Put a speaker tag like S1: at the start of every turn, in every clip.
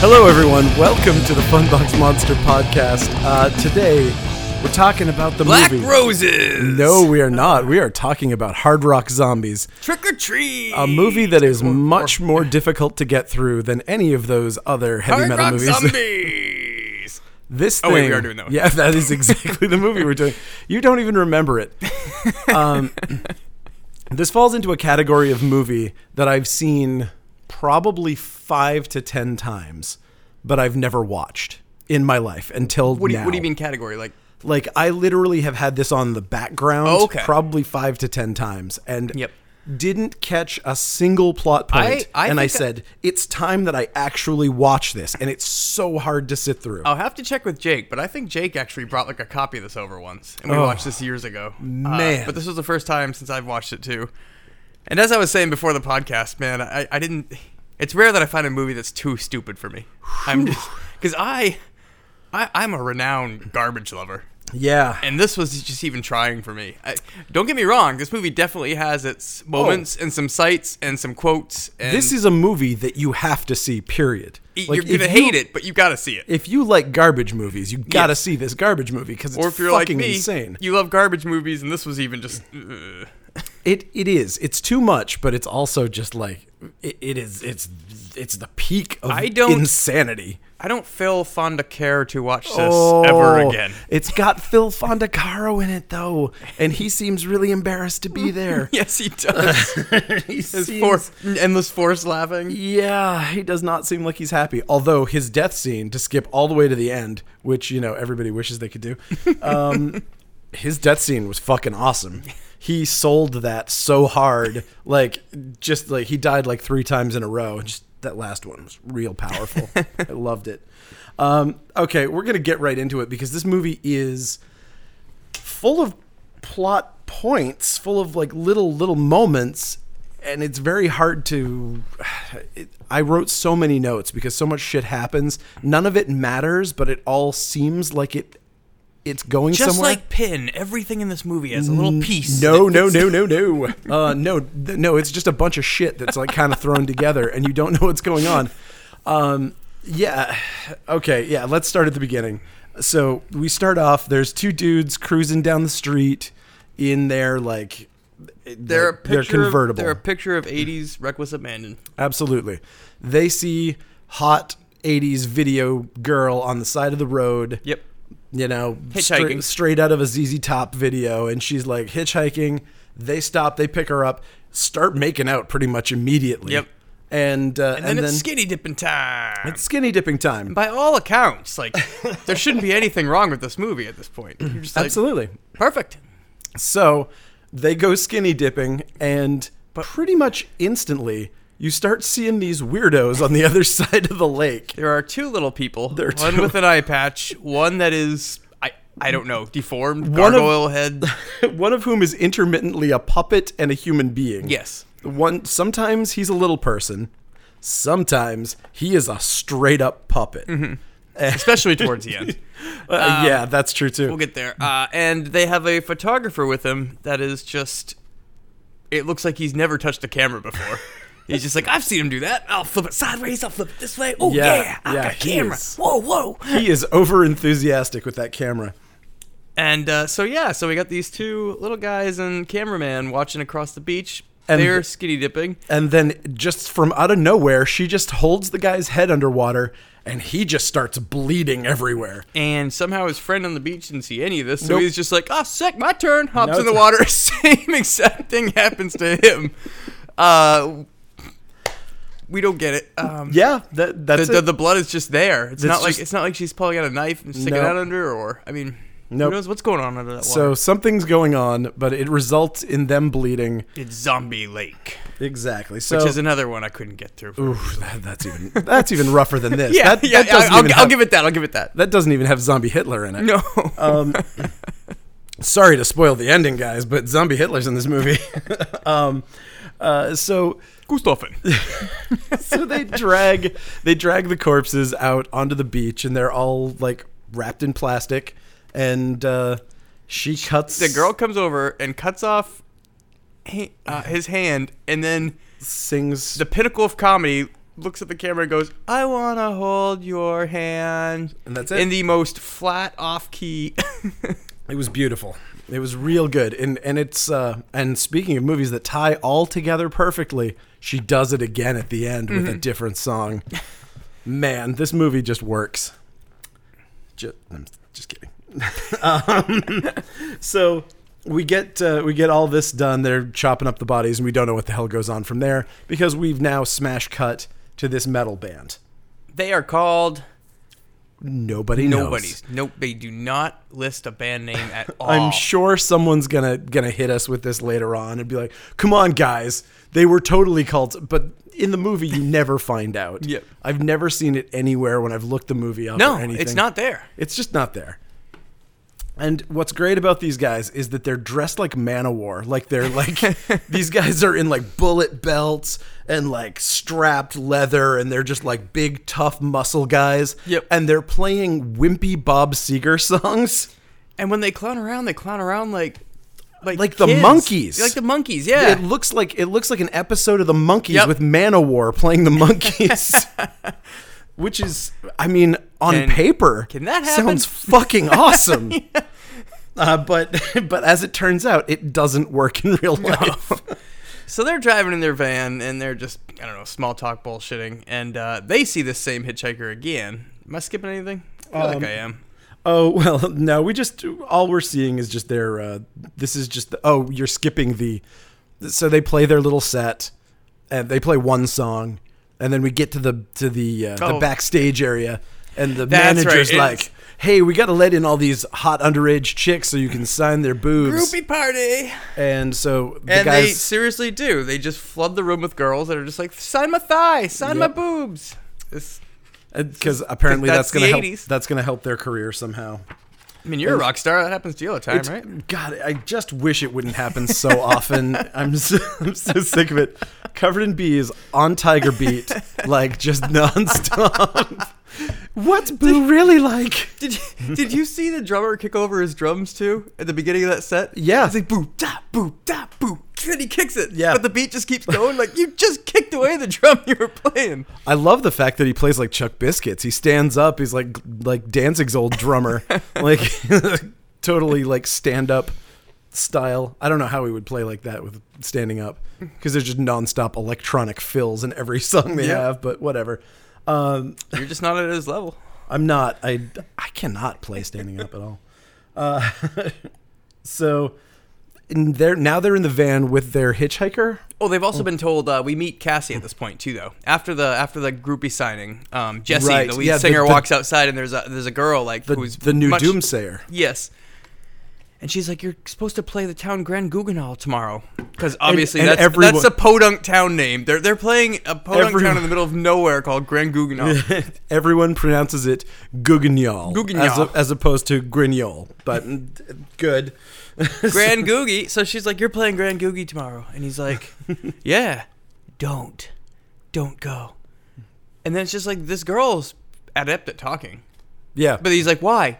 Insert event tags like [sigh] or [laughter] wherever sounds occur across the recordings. S1: Hello, everyone. Welcome to the Funbox Monster Podcast. Uh, today, we're talking about the
S2: Black
S1: movie.
S2: Roses.
S1: No, we are not. We are talking about Hard Rock Zombies,
S2: Trick or treat.
S1: a movie that is much more difficult to get through than any of those other heavy
S2: Hard
S1: metal [laughs]
S2: Rock
S1: movies.
S2: Zombies.
S1: This
S2: Oh,
S1: thing,
S2: wait, we are doing that one.
S1: Yeah, that is exactly the movie we're doing. You don't even remember
S2: [laughs]
S1: it. Um, this falls into a category of movie that I've seen probably five to ten times, but I've never watched in my life until
S2: What do, you,
S1: now.
S2: what do you mean category? Like,
S1: Like I literally have had this on the background
S2: Oh, okay.
S1: probably five to ten times, and
S2: Yep.
S1: didn't catch a single plot point.
S2: I
S1: and I
S2: think I-
S1: said, "It's time that I actually watch this," and it's so hard to sit through.
S2: I'll have to check with Jake, but I think Jake actually brought like a copy of this over once, and we watched this years ago.
S1: Oh.
S2: Uh,
S1: man.
S2: but this was the first time since I've watched it too. And as I was saying before the podcast, man, I, I didn't. It's rare that I find a movie that's too stupid for me.
S1: [sighs]
S2: I'm just because I, I, I'm a renowned garbage lover.
S1: Yeah.
S2: and this was just even trying for me. I, don't get me wrong, this movie definitely has its moments and some sights and some quotes. And
S1: Oh. this is a movie that you have to see, period. Like,
S2: you're gonna
S1: if
S2: hate
S1: you,
S2: it, but you gotta see it.
S1: If you like garbage movies, you gotta
S2: Yeah.
S1: see this garbage movie because it's
S2: Or if you're like
S1: fucking
S2: me,
S1: insane.
S2: you love garbage movies, and this was
S1: [laughs]
S2: even just. uh,
S1: It it is. It's too much, but it's also just like it, it is it's it's the peak of
S2: I don't-
S1: insanity.
S2: I don't feel fond of care to watch this ever
S1: Oh,
S2: again. [laughs]
S1: It's got Phil Fondacaro in it though, and he seems really embarrassed to
S2: [laughs]
S1: be there.
S2: Yes, he does.
S1: [laughs] he
S2: His
S1: seems-
S2: force, endless force laughing.
S1: Yeah, he does not seem like he's happy. Although his death scene, to skip all the way to the end, which you know everybody wishes they could do, um, his death scene was fucking awesome. He sold that so hard, like just like he died like three times in a row. Just that last one was real powerful. I loved it. Um, okay, we're gonna get right into it because this movie is full of plot points, full of like little little moments, and it's very hard to. [sighs] It, I wrote so many notes because so much shit happens. None of it matters, but it all seems like it. It's going
S2: Just
S1: somewhere.
S2: like Pin, everything in this movie has a little piece.
S1: no, no, no, no, no, uh, no, th- no. It's just a bunch of shit that's like kind of thrown together, and you don't know what's going on. Um, yeah. Okay. Yeah. Let's start at the beginning. So we start off. There's two dudes cruising down the street in their like.
S2: They're a
S1: like, their
S2: picture of-
S1: convertible.
S2: they're a picture of '80s reckless abandon.
S1: Absolutely. They see hot 80s video girl on the side of the road.
S2: Yep.
S1: You know,
S2: Hitchhiking.
S1: Straight, straight out of a ZZ Top video. And she's like hitchhiking. They stop, they pick her up, start making out pretty much immediately.
S2: Yep.
S1: And, uh, and,
S2: And,
S1: then,
S2: it's skinny dipping time.
S1: skinny dipping time.
S2: by all accounts,
S1: [laughs]
S2: like there shouldn't be anything wrong with this movie at this point. You're just like,
S1: Absolutely.
S2: perfect.
S1: So they go skinny dipping, and pretty much instantly, you start seeing these weirdos on the [laughs] other side of the lake.
S2: There are two little people.
S1: are
S2: one
S1: two-
S2: with an eye patch. One that is I I don't know deformed
S1: One of- [laughs]
S2: gargoyle head.
S1: one of whom is intermittently a puppet and a human being.
S2: Yes.
S1: One sometimes he's a little person, sometimes he is a straight up puppet.
S2: Mm-hmm. Especially towards the end,
S1: Uh, yeah, that's true too.
S2: Um, we'll get there. Uh, and they have a photographer with him that is just. It looks like he's never touched a camera before. He's just like I've seen him do that. I'll flip it sideways. I'll flip it this way. Oh
S1: Yeah,
S2: yeah, I
S1: yeah,
S2: got a
S1: he
S2: camera.
S1: is-
S2: Whoa, whoa.
S1: he is over enthusiastic with that camera.
S2: And uh, so yeah, so we got these two little guys and cameraman watching across the beach.
S1: And-
S2: They're skinny dipping.
S1: And then just from out of nowhere, she just holds the guy's head underwater and he just starts bleeding everywhere.
S2: And somehow his friend on the beach didn't see any of this, so
S1: Nope.
S2: he's just like, "Ah, sick, my turn." Hops
S1: No,
S2: in the
S1: it's-
S2: water. [laughs] Same exact thing happens to him. Uh, we don't get it. Um,
S1: Yeah, that,
S2: the,
S1: that's
S2: the,
S1: it.
S2: the blood is just there. It's
S1: That's
S2: not like
S1: just-
S2: it's not like she's pulling out a knife and sticking
S1: Nope.
S2: it out under, or I mean,
S1: Nope.
S2: who knows what's going on under that water?
S1: so something's going on, but it results in them bleeding.
S2: It's Zombie Lake,
S1: Exactly. So
S2: which is another one I couldn't get through. for-
S1: Ooh, that- that's even that's even rougher than this.
S2: [laughs] yeah,
S1: that,
S2: yeah,
S1: that doesn't
S2: I'll,
S1: even
S2: I'll,
S1: have,
S2: I'll give it that. I'll give it that.
S1: that doesn't even have zombie Hitler [laughs] in it.
S2: No. [laughs]
S1: Um, sorry to spoil the ending, guys, but zombie Hitler's in this movie. [laughs] um, uh, so [laughs]
S2: Gustafen.
S1: so they drag they drag the corpses out onto the beach, and they're all like wrapped in plastic, and uh, she cuts
S2: the girl comes over and cuts off ha- uh, his hand, and then
S1: sings
S2: the pinnacle of comedy looks at the camera and goes, "I wanna hold your hand,"
S1: And that's it.
S2: in the most flat off key. [laughs]
S1: It was beautiful. It was real good. And and it's uh and speaking of movies that tie all together perfectly, she does it again at the end with a different song. Man, this movie just works. Just, I'm just kidding. [laughs] um, so we get uh, we get all this done. They're chopping up the bodies, and we don't know what the hell goes on from there because we've now smash cut to this metal band.
S2: they are called
S1: Nobody knows.
S2: nobody's. Nope, they do not list a band name at
S1: [laughs]
S2: all.
S1: I'm sure someone's gonna gonna hit us with this later on and be like, "Come on, guys, they were totally called." But in the movie, you never find out.
S2: [laughs] Yep.
S1: I've never seen it anywhere when I've looked the movie up.
S2: No,
S1: or anything.
S2: it's not there.
S1: It's just not there. And what's great about these guys is that they're dressed like Manowar. Like
S2: [laughs]
S1: they're like these guys are in like bullet belts and like strapped leather, and they're just like big tough muscle guys.
S2: Yep.
S1: And they're playing wimpy Bob Seger songs.
S2: And when they clown around, they clown around like like
S1: Like the
S2: kids.
S1: monkeys.
S2: Like the monkeys, yeah.
S1: It looks like it looks like an episode of the Monkeys
S2: Yep.
S1: with Manowar playing the
S2: [laughs]
S1: monkeys. Which is, I mean, on
S2: Can-
S1: paper,
S2: can that happen?
S1: Sounds
S2: [laughs]
S1: fucking awesome. uh, but [laughs] but as it turns out, it doesn't work in real life.
S2: So they're driving in their van and they're just, I don't know, small talk bullshitting. And uh, they see this same hitchhiker again. Am I skipping anything? I feel
S1: Um,
S2: like I am.
S1: Oh [laughs] well, no. We just all we're seeing is just their. Uh, this is just the. Oh, you're skipping the. So they play their little set, and they play one song, and then we get to the to the uh, the
S2: Oh.
S1: backstage area, and the
S2: That's right,
S1: manager's
S2: it's-
S1: like, "Hey, we got to let in all these hot underage chicks so you can sign their boobs."
S2: Groupie party.
S1: And so the
S2: and they
S1: guys.
S2: seriously do. They just flood the room with girls that are just like, sign my thigh, sign my
S1: Yep.
S2: boobs. This,
S1: because uh, apparently that's,
S2: that's
S1: gonna
S2: the
S1: help,
S2: 80s.
S1: that's gonna help their career somehow.
S2: I mean, you're a rock star. That happens to you all the time,
S1: It's- [laughs]
S2: right?
S1: God, I just wish it wouldn't happen so often. I'm so, I'm so sick of it. Covered in bees on Tiger Beat, like just nonstop. What's Boo really like?
S2: Did you, did you see the drummer kick over his drums too at the beginning of that set?
S1: Yeah.
S2: It's like boop da boop da boop. And then he kicks it.
S1: Yeah.
S2: But the beat just keeps going. Like you just kicked away the [laughs] drum you were playing.
S1: I love the fact that he plays like Chuck Biscuits. He stands up. He's like like Danzig's old drummer, like [laughs] totally like stand up style. I don't know how he would play like that with standing up because there's just nonstop electronic fills in every song they
S2: Yeah.
S1: have. But whatever. Um,
S2: You're just not at his level.
S1: I'm not. I I cannot play standing up at all. Uh, [laughs] so in there now they're in the van with their hitchhiker.
S2: Oh, they've also been told uh, we meet Cassie at this point too, though. After the after the groupie signing, um, Jesse,
S1: Right,
S2: the lead
S1: yeah, the-
S2: singer,
S1: the-
S2: walks outside and there's a there's a girl like
S1: The,
S2: who's
S1: the new
S2: much-
S1: doomsayer. [laughs]
S2: Yes. And she's like, "You're supposed to play the town Grand Guggenheim tomorrow, because obviously
S1: and
S2: that's
S1: everyone-
S2: that's a podunk town name. They're they're playing a podunk
S1: Everyone-
S2: town in the middle of nowhere called
S1: [laughs]
S2: Grand Guggenheim.
S1: Everyone pronounces it Guggenol,
S2: Guggenol.
S1: As, a- as opposed to Grignol, but good.
S2: [laughs] Grand Googie. So she's like, "You're playing Grand Googie tomorrow," and
S1: [laughs]
S2: he's like, "Yeah, don't, don't go." And then it's just like this girl's adept at talking,
S1: Yeah,
S2: but he's like, "Why?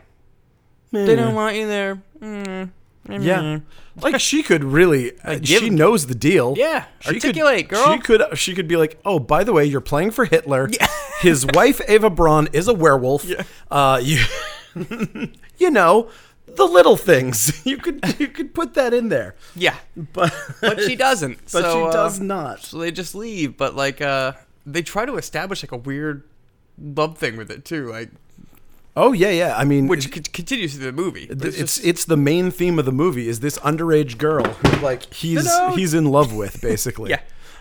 S2: They don't
S1: Mm,
S2: want you there." Mm.
S1: yeah. Like she could really, uh, she
S2: mm-hmm. give-
S1: knows the deal.
S2: Yeah,
S1: She could-
S2: articulate, girl.
S1: She could she could be like, oh, by the way, you're playing for Hitler. [laughs] His wife Ava Braun is a werewolf. Uh, you, [laughs] you know, the little things. [laughs] You could you could put that in there,
S2: yeah,
S1: [laughs] but
S2: but she doesn't.
S1: but
S2: so,
S1: she
S2: uh,
S1: does not.
S2: So they just leave, but like uh they try to establish like a weird love thing with it too, like
S1: Oh yeah, yeah. I mean,
S2: which
S1: it-
S2: c- continues through the movie. but
S1: it's it's,
S2: just-
S1: the main theme of the movie is this underage girl who like he's
S2: Ta-da!
S1: he's in love with basically.
S2: [laughs] Yeah.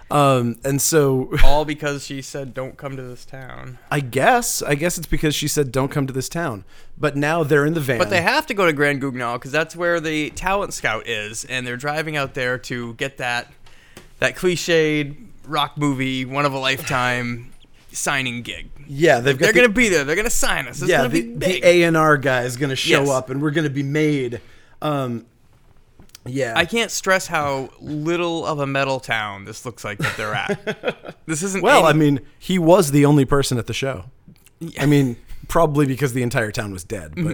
S1: Um, and so
S2: all because she said don't come to this town.
S1: I guess I guess it's because she said don't come to this town. But now they're in the van.
S2: But they have to go to Grand Gugnol because that's where the talent scout is, and they're driving out there to get that that cliched rock movie, one of a lifetime [laughs] signing gig.
S1: yeah, they've got
S2: They're
S1: the-
S2: gonna be there. They're gonna sign us. It's
S1: yeah,
S2: gonna
S1: the,
S2: be
S1: the
S2: big.
S1: A and R guy is going to show
S2: Yes.
S1: up, and we're going to be made. Um, yeah,
S2: I can't stress how little of a metal town this looks like that they're at.
S1: [laughs]
S2: this isn't
S1: well,
S2: any-
S1: I mean, he was the only person at the show. I mean, probably because the entire town was
S2: Mm-hmm.
S1: dead.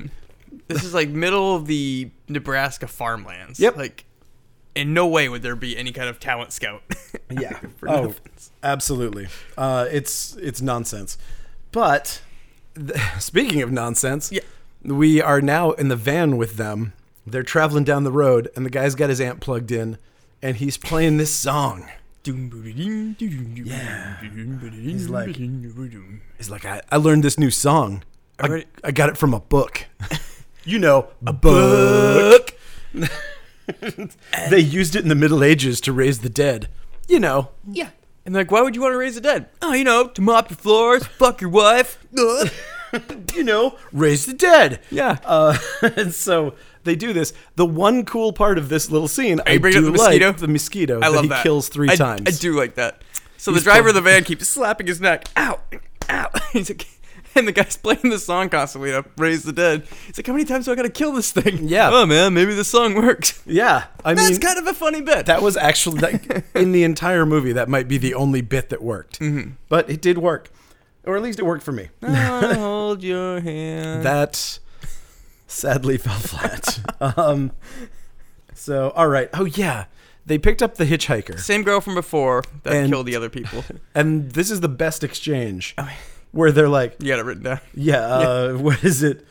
S1: But
S2: This is like middle of the Nebraska farmlands.
S1: Yep.
S2: Like in no way would there be any kind of talent scout.
S1: [laughs] Yeah.
S2: [laughs] For
S1: oh,
S2: nothing.
S1: absolutely. Uh, it's it's nonsense. But th- [laughs] speaking of nonsense,
S2: Yeah.
S1: we are now in the van with them. They're traveling down the road, and the guy's got his amp plugged in, and he's playing this song.
S2: Yeah. He's
S1: like- He's like, I, I learned this new song. I,
S2: Alright.
S1: I got it from a book. [laughs] you know, a book.
S2: book.
S1: they used it in the Middle Ages to raise the dead. You know,
S2: yeah. And like, why would you want to raise the dead? Oh, you know, to mop your floors, fuck your wife. Ugh.
S1: [laughs] you know, raise the dead.
S2: yeah.
S1: Uh, [laughs] and so they do this. The one cool part of this little scene, I
S2: you bringing
S1: do
S2: up the
S1: like
S2: mosquito?
S1: the mosquito
S2: I
S1: that
S2: love
S1: he
S2: that.
S1: kills three
S2: I-
S1: times.
S2: I do like that. So the driver of the van keeps slapping his neck. Ow, ow. He's like, and the guy's playing this song constantly to raise the dead. He's like, how many times do I gotta kill this thing?
S1: Yeah.
S2: Oh man, maybe the song works.
S1: Yeah, I
S2: That's
S1: mean,
S2: kind of a funny bit.
S1: that was actually [laughs] that, in the entire movie. That might be the only bit that worked, but it did work, or at least it worked for me.
S2: I'll hold your hand.
S1: that sadly fell flat. um, so all right. Oh yeah, they picked up the hitchhiker,
S2: Same girl from before that
S1: And-
S2: killed the other people.
S1: and this is the best exchange where they're like,
S2: You got it written down.
S1: Yeah, uh, what is it?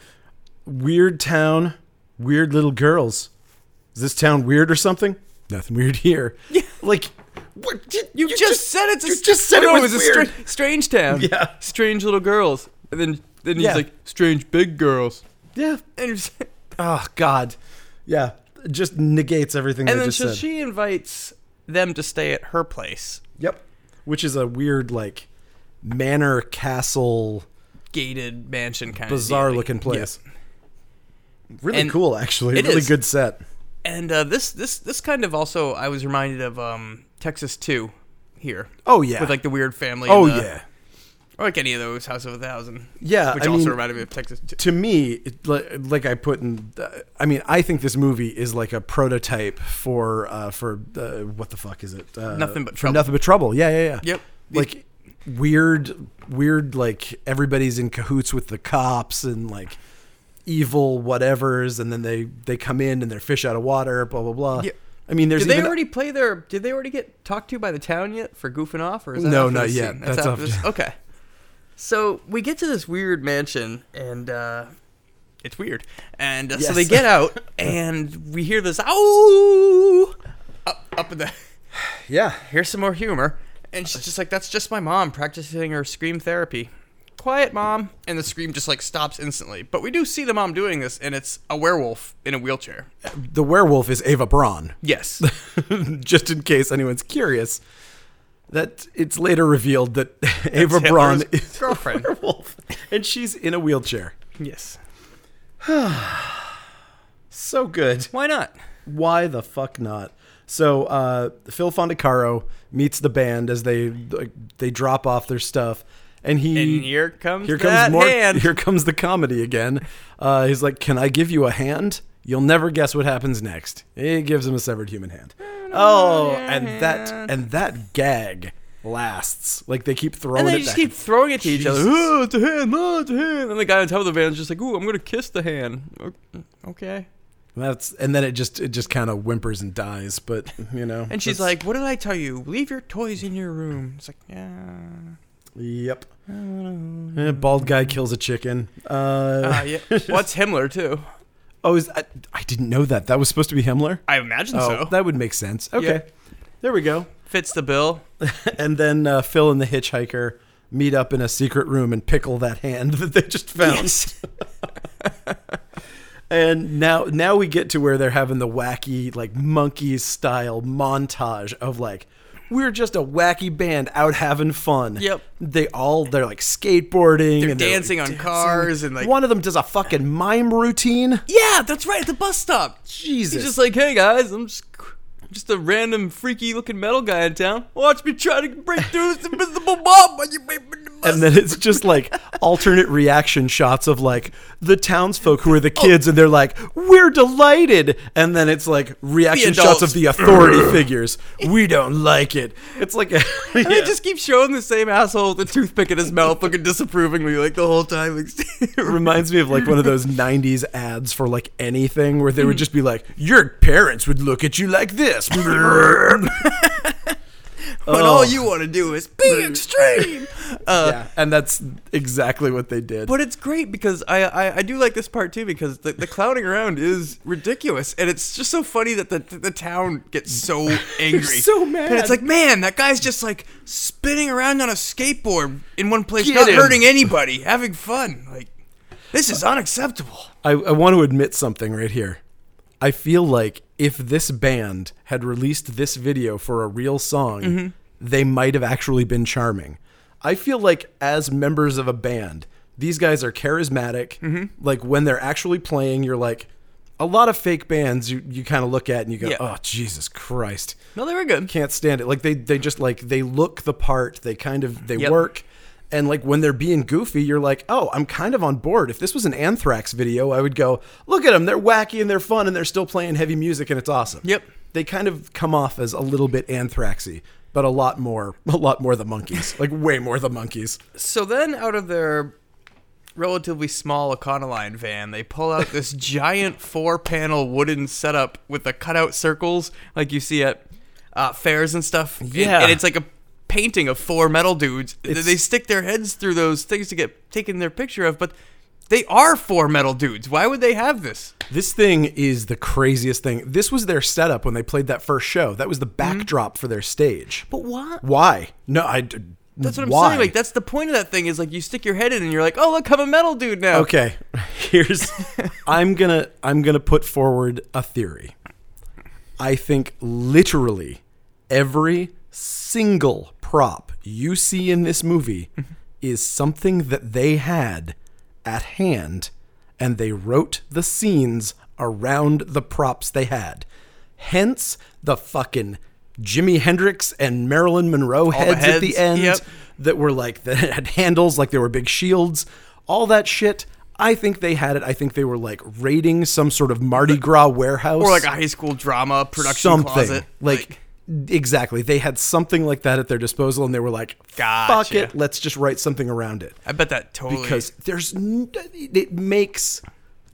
S1: Weird town, weird little girls. Is this town weird or something? Nothing weird here. Yeah. Like, what? You,
S2: You, just, said it's a
S1: you just said it
S2: no,
S1: was
S2: a
S1: weird.
S2: stra- strange town.
S1: Yeah.
S2: Strange little girls. And then then he's
S1: Yeah.
S2: like, strange big girls.
S1: Yeah.
S2: And you're just-
S1: Oh, God. Yeah. It Just negates everything I
S2: and then
S1: just
S2: so
S1: said.
S2: she invites them to stay at her place,
S1: yep. Which is a weird, like, manor castle,
S2: gated mansion kind
S1: bizarre
S2: of
S1: looking place. Really
S2: And
S1: cool, actually.
S2: it
S1: really
S2: is.
S1: good set.
S2: And uh, this this this kind of also I was reminded of um, Texas Two here
S1: Oh, yeah.
S2: with like the weird family.
S1: oh,
S2: and the-
S1: yeah.
S2: or like any of those House of a Thousand.
S1: Yeah,
S2: which
S1: I
S2: also
S1: mean-
S2: reminded me of Texas Two.
S1: to me, it, li- like I put in, I mean, I think this movie is like a prototype for uh, for uh, what the fuck is it? Uh,
S2: Nothing But
S1: for
S2: Trouble.
S1: Nothing but trouble. Yeah, yeah, yeah.
S2: Yep.
S1: Like weird, weird. Like everybody's in cahoots with the cops and like evil whatever's, and then they they come in and they're fish out of water. Blah blah blah.
S2: Yeah.
S1: I mean, there's
S2: Did they
S1: even-
S2: already play their? Did they already get talked to by the town yet for goofing off? Or is that
S1: No,
S2: after
S1: not
S2: this
S1: yet.
S2: scene?
S1: That's
S2: after
S1: after-
S2: this. Okay. So we get to this weird mansion, and uh, it's weird. And uh, so
S1: Yes.
S2: they get out,
S1: [laughs]
S2: and we hear this "ow" up, up in the.
S1: yeah.
S2: Here's some more humor, and she's just like, "That's just my mom practicing her scream therapy." Quiet, mom, and the scream just like stops instantly. But we do see the mom doing this, and it's a werewolf in a wheelchair.
S1: The werewolf is Ava Braun. [laughs]
S2: Yes.
S1: just in case anyone's curious, that it's later revealed that [laughs] Ava Braun
S2: Hitler's
S1: is [laughs]
S2: girlfriend.
S1: a werewolf, and she's in a wheelchair.
S2: yes.
S1: So good.
S2: Why not?
S1: Why the fuck not? So uh, Phil Fondacaro meets the band as they like, they drop off their stuff, and he
S2: And here comes
S1: Mm. here comes
S2: that
S1: more
S2: hand.
S1: here comes the comedy again. Uh, he's like, "Can I give you a hand?" You'll never guess what happens next. He gives him a severed human hand. Oh, and that and that gag lasts. Like they keep throwing
S2: And
S1: it
S2: they just
S1: back
S2: keep
S1: and-
S2: throwing it to each other.
S1: Jesus.
S2: Oh, it's a hand, oh, it's a hand. And the guy on top of the van's just like, ooh, I'm going to kiss the hand. O- Okay.
S1: That's and then it just it just kind of whimpers and dies. But you know,
S2: And she's
S1: that's-
S2: like, what did I tell you? Leave your toys in your room. It's like, yeah.
S1: "Yep." Eh, Bald guy kills a chicken. Uh, [laughs]
S2: Uh, yeah. What's Himmler, too?
S1: oh, is I, I didn't know that. That was supposed to be Himmler.
S2: I imagine
S1: Oh,
S2: so.
S1: that would make sense. Okay, there we go.
S2: Fits the bill.
S1: [laughs] and then uh, Phil and the hitchhiker meet up in a secret room and pickle that hand [laughs] that they just found. And now, now we get to where they're having the wacky, like monkeys style montage of like, we're just a wacky band out having fun.
S2: Yep.
S1: They all they're like skateboarding and they're, like,
S2: dancing on cars and, like-
S1: one of them does a fucking mime routine.
S2: [laughs] yeah, that's right. At the bus stop.
S1: Jesus.
S2: He's just like, hey, guys, I'm just... Just a random freaky looking metal guy in town. Watch me try to break through this invisible bomb.
S1: and then it's just like alternate reaction shots of like the townsfolk who are the kids and they're like we're delighted and then it's like reaction
S2: The
S1: shots of
S2: adults.
S1: the authority
S2: [laughs]
S1: figures we don't like it it's like [laughs] a,
S2: And they just keep showing the same asshole with a toothpick in his mouth, looking disapprovingly like the whole time. [laughs]
S1: it
S2: Like,
S1: reminds me of like one of
S2: Hmm.
S1: those 90s ads for like anything where they would just be like your parents would look at you like
S2: [laughs]
S1: this. [laughs] yeah,
S2: But all you want to do is be extreme. Uh,
S1: and that's exactly what they did.
S2: But it's great because I, I, I do like this part too because the, the clowning around is ridiculous and it's just so funny that the the town gets so angry,
S1: so mad.
S2: And it's like, man, that guy's just like spinning around on a skateboard in one place,
S1: Get
S2: not
S1: him.
S2: hurting anybody, having fun. Like, this is unacceptable.
S1: I, I want to admit something right here. I feel like if this band had released this video for a real song, they might have actually been charming. I feel like as members of a band, these guys are charismatic. Like when they're actually playing, you're like a lot of fake bands you, you kind of look at and you go,
S2: Yeah.
S1: "Oh, Jesus Christ."
S2: No, they were good.
S1: can't stand it. Like they they just like they look the part. They kind of they
S2: Yep.
S1: work. And like when they're being goofy, you're like, oh, I'm kind of on board. If this was an Anthrax video, I would go, look at them. They're wacky and they're fun and they're still playing heavy music and it's awesome.
S2: Yep.
S1: They kind of come off as a little bit Anthraxy, but a lot more, [laughs] a lot more the monkeys. like way more the monkeys.
S2: So then, out of their relatively small Econoline van, they pull out
S1: [laughs]
S2: this giant four-panel wooden setup with the cutout circles, like you see at uh, fairs and stuff. And-
S1: Yeah.
S2: and, it's like a painting of four metal dudes. Th- they stick their heads through those things to get taken their picture of, but they are four metal dudes. Why would they have this?
S1: This thing is the craziest thing. This was their setup when they played that first show. That was the backdrop for their stage.
S2: But why?
S1: Why? No, I. d-
S2: That's what I'm
S1: why?
S2: saying. Like that's the point of that thing is like you stick your head in and you're like, oh look, I'm a metal dude now.
S1: Okay. [laughs] Here's I'm going to I'm going to put forward a theory. I think literally every single prop you see in this movie is something that they had at hand and they wrote the scenes around the props they had. Hence the fucking Jimi Hendrix and Marilyn Monroe heads, at the
S2: heads,
S1: end
S2: yep.
S1: that were like [laughs] that had handles like they were big shields all that shit i think they had it i think they were like raiding some sort of mardi gras warehouse
S2: Or like a high school drama production
S1: something
S2: closet.
S1: like, exactly they had something like that at their disposal and they were like fuck
S2: Gotcha.
S1: it let's just write something around it
S2: I bet that totally
S1: because there's n- it makes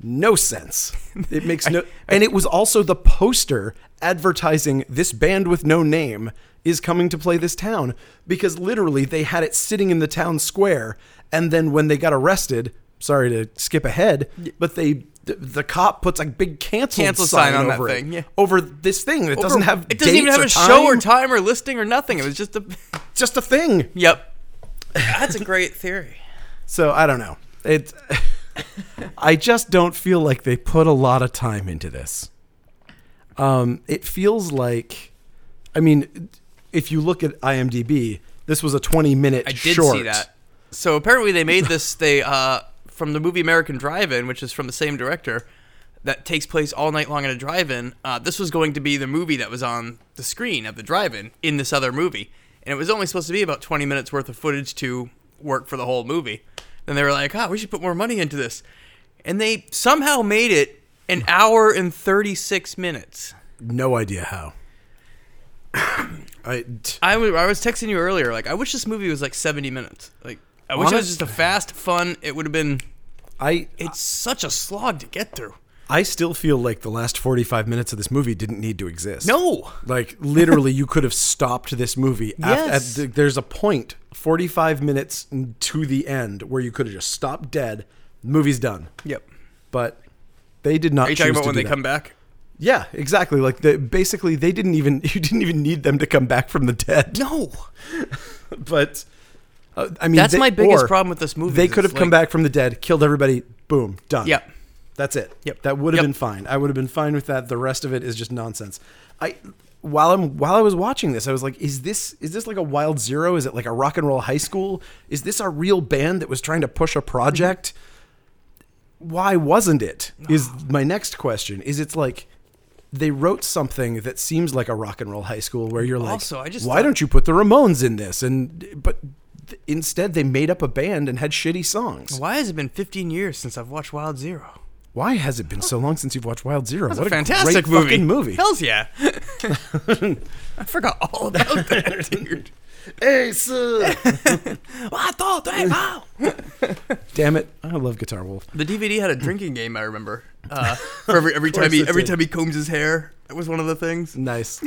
S1: no
S2: [laughs]
S1: sense it makes no and it was also the poster advertising this band with no name is coming to play this town because literally they had it sitting in the town square and then when they got arrested sorry to skip ahead but they the, the cop puts a big cancel,
S2: Cancel
S1: sign,
S2: sign on that
S1: over it,
S2: thing, yeah.
S1: over this thing that doesn't have
S2: it doesn't even
S1: dates
S2: have a
S1: or
S2: show or
S1: time,
S2: time or listing or nothing. It was just a [laughs]
S1: just a thing
S2: yep. That's a great theory.
S1: So I don't know. It. [laughs] I just don't feel like they put a lot of time into this. Um, it feels like, I mean, if you look at IMDb, this was a 20 minute
S2: I did
S1: short.
S2: see that. So apparently they made this they uh from the movie American Drive-In, which is from the same director that takes place all night long at a drive-in. Uh, this was going to be the movie that was on the screen at the drive-in in this other movie, and it was only supposed to be about 20 minutes worth of footage to work for the whole movie. Then they were like, "Ah, we should put more money into this," and they somehow made it an hour and 36 minutes.
S1: No idea how. [clears throat] I,
S2: I wa- I was texting you earlier. Like, I wish this movie was like 70 minutes. Like, I wish it was
S1: Honest-
S2: just a fast, fun. It would have been.
S1: I,
S2: It's such a slog to get through.
S1: I still feel like the last 45 minutes of this movie didn't need to exist.
S2: No.
S1: Like literally, you could have stopped this
S2: [laughs]
S1: movie. af- At,
S2: Yes.
S1: the- there's a point, 45 minutes n- to the end, where you could have just stopped dead. Movie's done.
S2: Yep.
S1: But they did not.
S2: Are you talking
S1: choose
S2: about
S1: to
S2: when
S1: do
S2: they
S1: that.
S2: come back?
S1: Yeah, exactly. Like the, basically, they didn't even. [laughs] You didn't even need them to come back from the dead.
S2: [laughs] No.
S1: But uh, I mean,
S2: That's
S1: they-
S2: my biggest
S1: or
S2: problem with this movie.
S1: They
S2: is
S1: could have
S2: it's
S1: come
S2: like-
S1: back from the dead, killed everybody. Boom, done.
S2: Yep.
S1: That's it.
S2: Yep.
S1: That would have
S2: Yep.
S1: been fine. I would have been fine with that. The rest of it is just nonsense. I while I'm while I was watching this, I was like, is this is this like a wild zero? Is it like a rock and roll high school? Is this a real band that was trying to push a project? Why wasn't it?
S2: [sighs]
S1: Is my next question. Is it's like they wrote something that seems like a rock and roll high school where you're like
S2: Also, I just
S1: why
S2: thought-
S1: don't you put the Ramones in this and but th- instead they made up a band and had shitty songs.
S2: Why has it been 15 years since I've watched Wild Zero?
S1: Why has it been so long since you've watched Wild Zero? What a great
S2: Fantastic movie.
S1: fucking movie.
S2: Hell's yeah. [laughs] I forgot all about that, [laughs] dude.
S1: Hey, sir.
S2: I thought that. Wow.
S1: [laughs] Damn it! I love Guitar Wolf. [clears throat]
S2: The DVD had a drinking game. I remember. Uh, for every every time
S1: course
S2: he
S1: it
S2: every
S1: did.
S2: time he combs his hair, That was one of the things.
S1: Nice.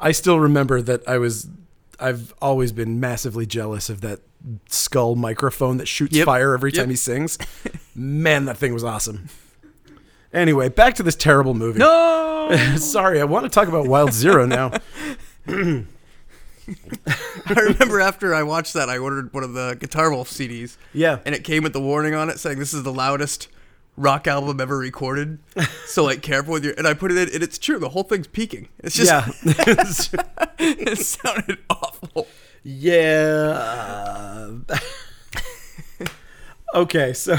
S1: I still remember that I was. I've always been massively jealous of that skull microphone that shoots
S2: Yep.
S1: fire every
S2: Yep.
S1: time he sings. Man, that thing was awesome. Anyway, back to this terrible movie.
S2: No,
S1: [laughs] Sorry, I want to talk about Wild Zero now.
S2: [laughs] I remember after I watched that, I ordered one of the Guitar Wolf CDs,
S1: Yeah.
S2: and it came with the warning on it saying this is the loudest rock album ever recorded. So like, careful with your. And I put it in, and it's true. The whole thing's peaking. It's just
S1: [laughs] yeah.
S2: [laughs] it sounded awful.
S1: Yeah. [laughs] uh, okay, so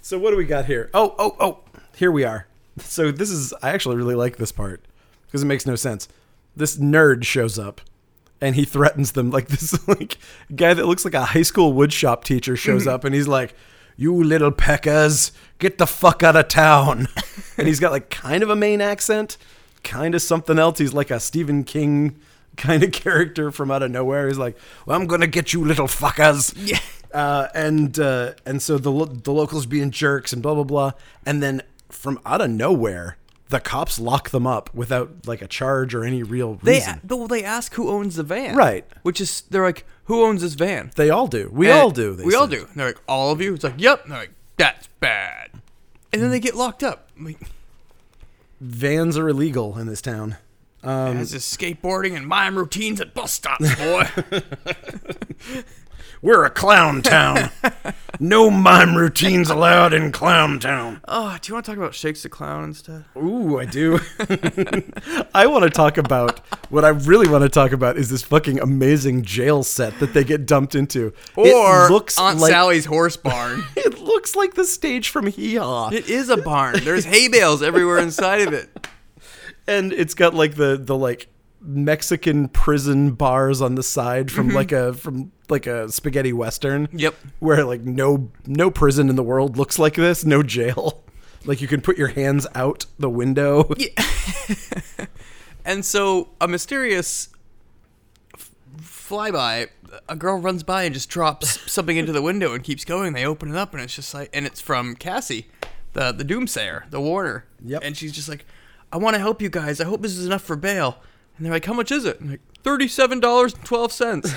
S1: so what do we got here? Oh, oh, oh. Here we are. So this is I actually really like this part because it makes no sense. This nerd shows up and he threatens them like [laughs] this like guy that looks like a high school woodshop teacher shows up and he's like you little peckers, get the fuck out of town. and he's got like kind of a main accent, kind of something else. He's like a Stephen King kind of [laughs] character from out of nowhere. He's like, well, I'm gonna get you little fuckers.
S2: Yeah.
S1: Uh, and uh, and so the lo- the locals being jerks and blah blah blah. And then from out of nowhere, the cops lock them up without like a charge or any real
S2: They
S1: reason.
S2: well, they ask who owns the van,
S1: Right.
S2: Which is they're like, who owns this van?
S1: They, all do. We
S2: And
S1: all do. They
S2: we all
S1: said.
S2: do. And they're like, all of you. It's like, yep. And they're like, that's bad. And then they get locked up. I'm Like,
S1: Vans are illegal in this town.
S2: this is skateboarding and mime routines at bus [laughs] stops, boy.
S1: We're a clown
S2: [laughs]
S1: town. no mime routines allowed in clown town.
S2: oh, do you want to talk about Shakes the Clown instead?
S1: Ooh, I do. [laughs] I want to talk about what I really want to talk about is this fucking amazing jail set that they get dumped into.
S2: Or
S1: it looks
S2: Aunt
S1: like
S2: Sally's horse barn.
S1: it looks like the stage from Hee Haw,
S2: [laughs] it is a [laughs] barn. There's hay bales everywhere inside of it.
S1: and it's got like the the like Mexican prison bars on the side from like a from like a spaghetti western.
S2: Mm-hmm. Yep.
S1: where like no no prison in the world looks like this, no jail. [laughs] Like you can put your hands out the window.
S2: And so a mysterious f- flyby, a girl runs by and just [laughs] drops something into the window and keeps going. They open it up and it's just like, and it's from Cassie, the the doomsayer, the warder.
S1: Yep.
S2: And she's just like, I want to help you guys. I hope this is enough for bail. And they're like, How much is it? And I'm like thirty-seven dollars and twelve cents.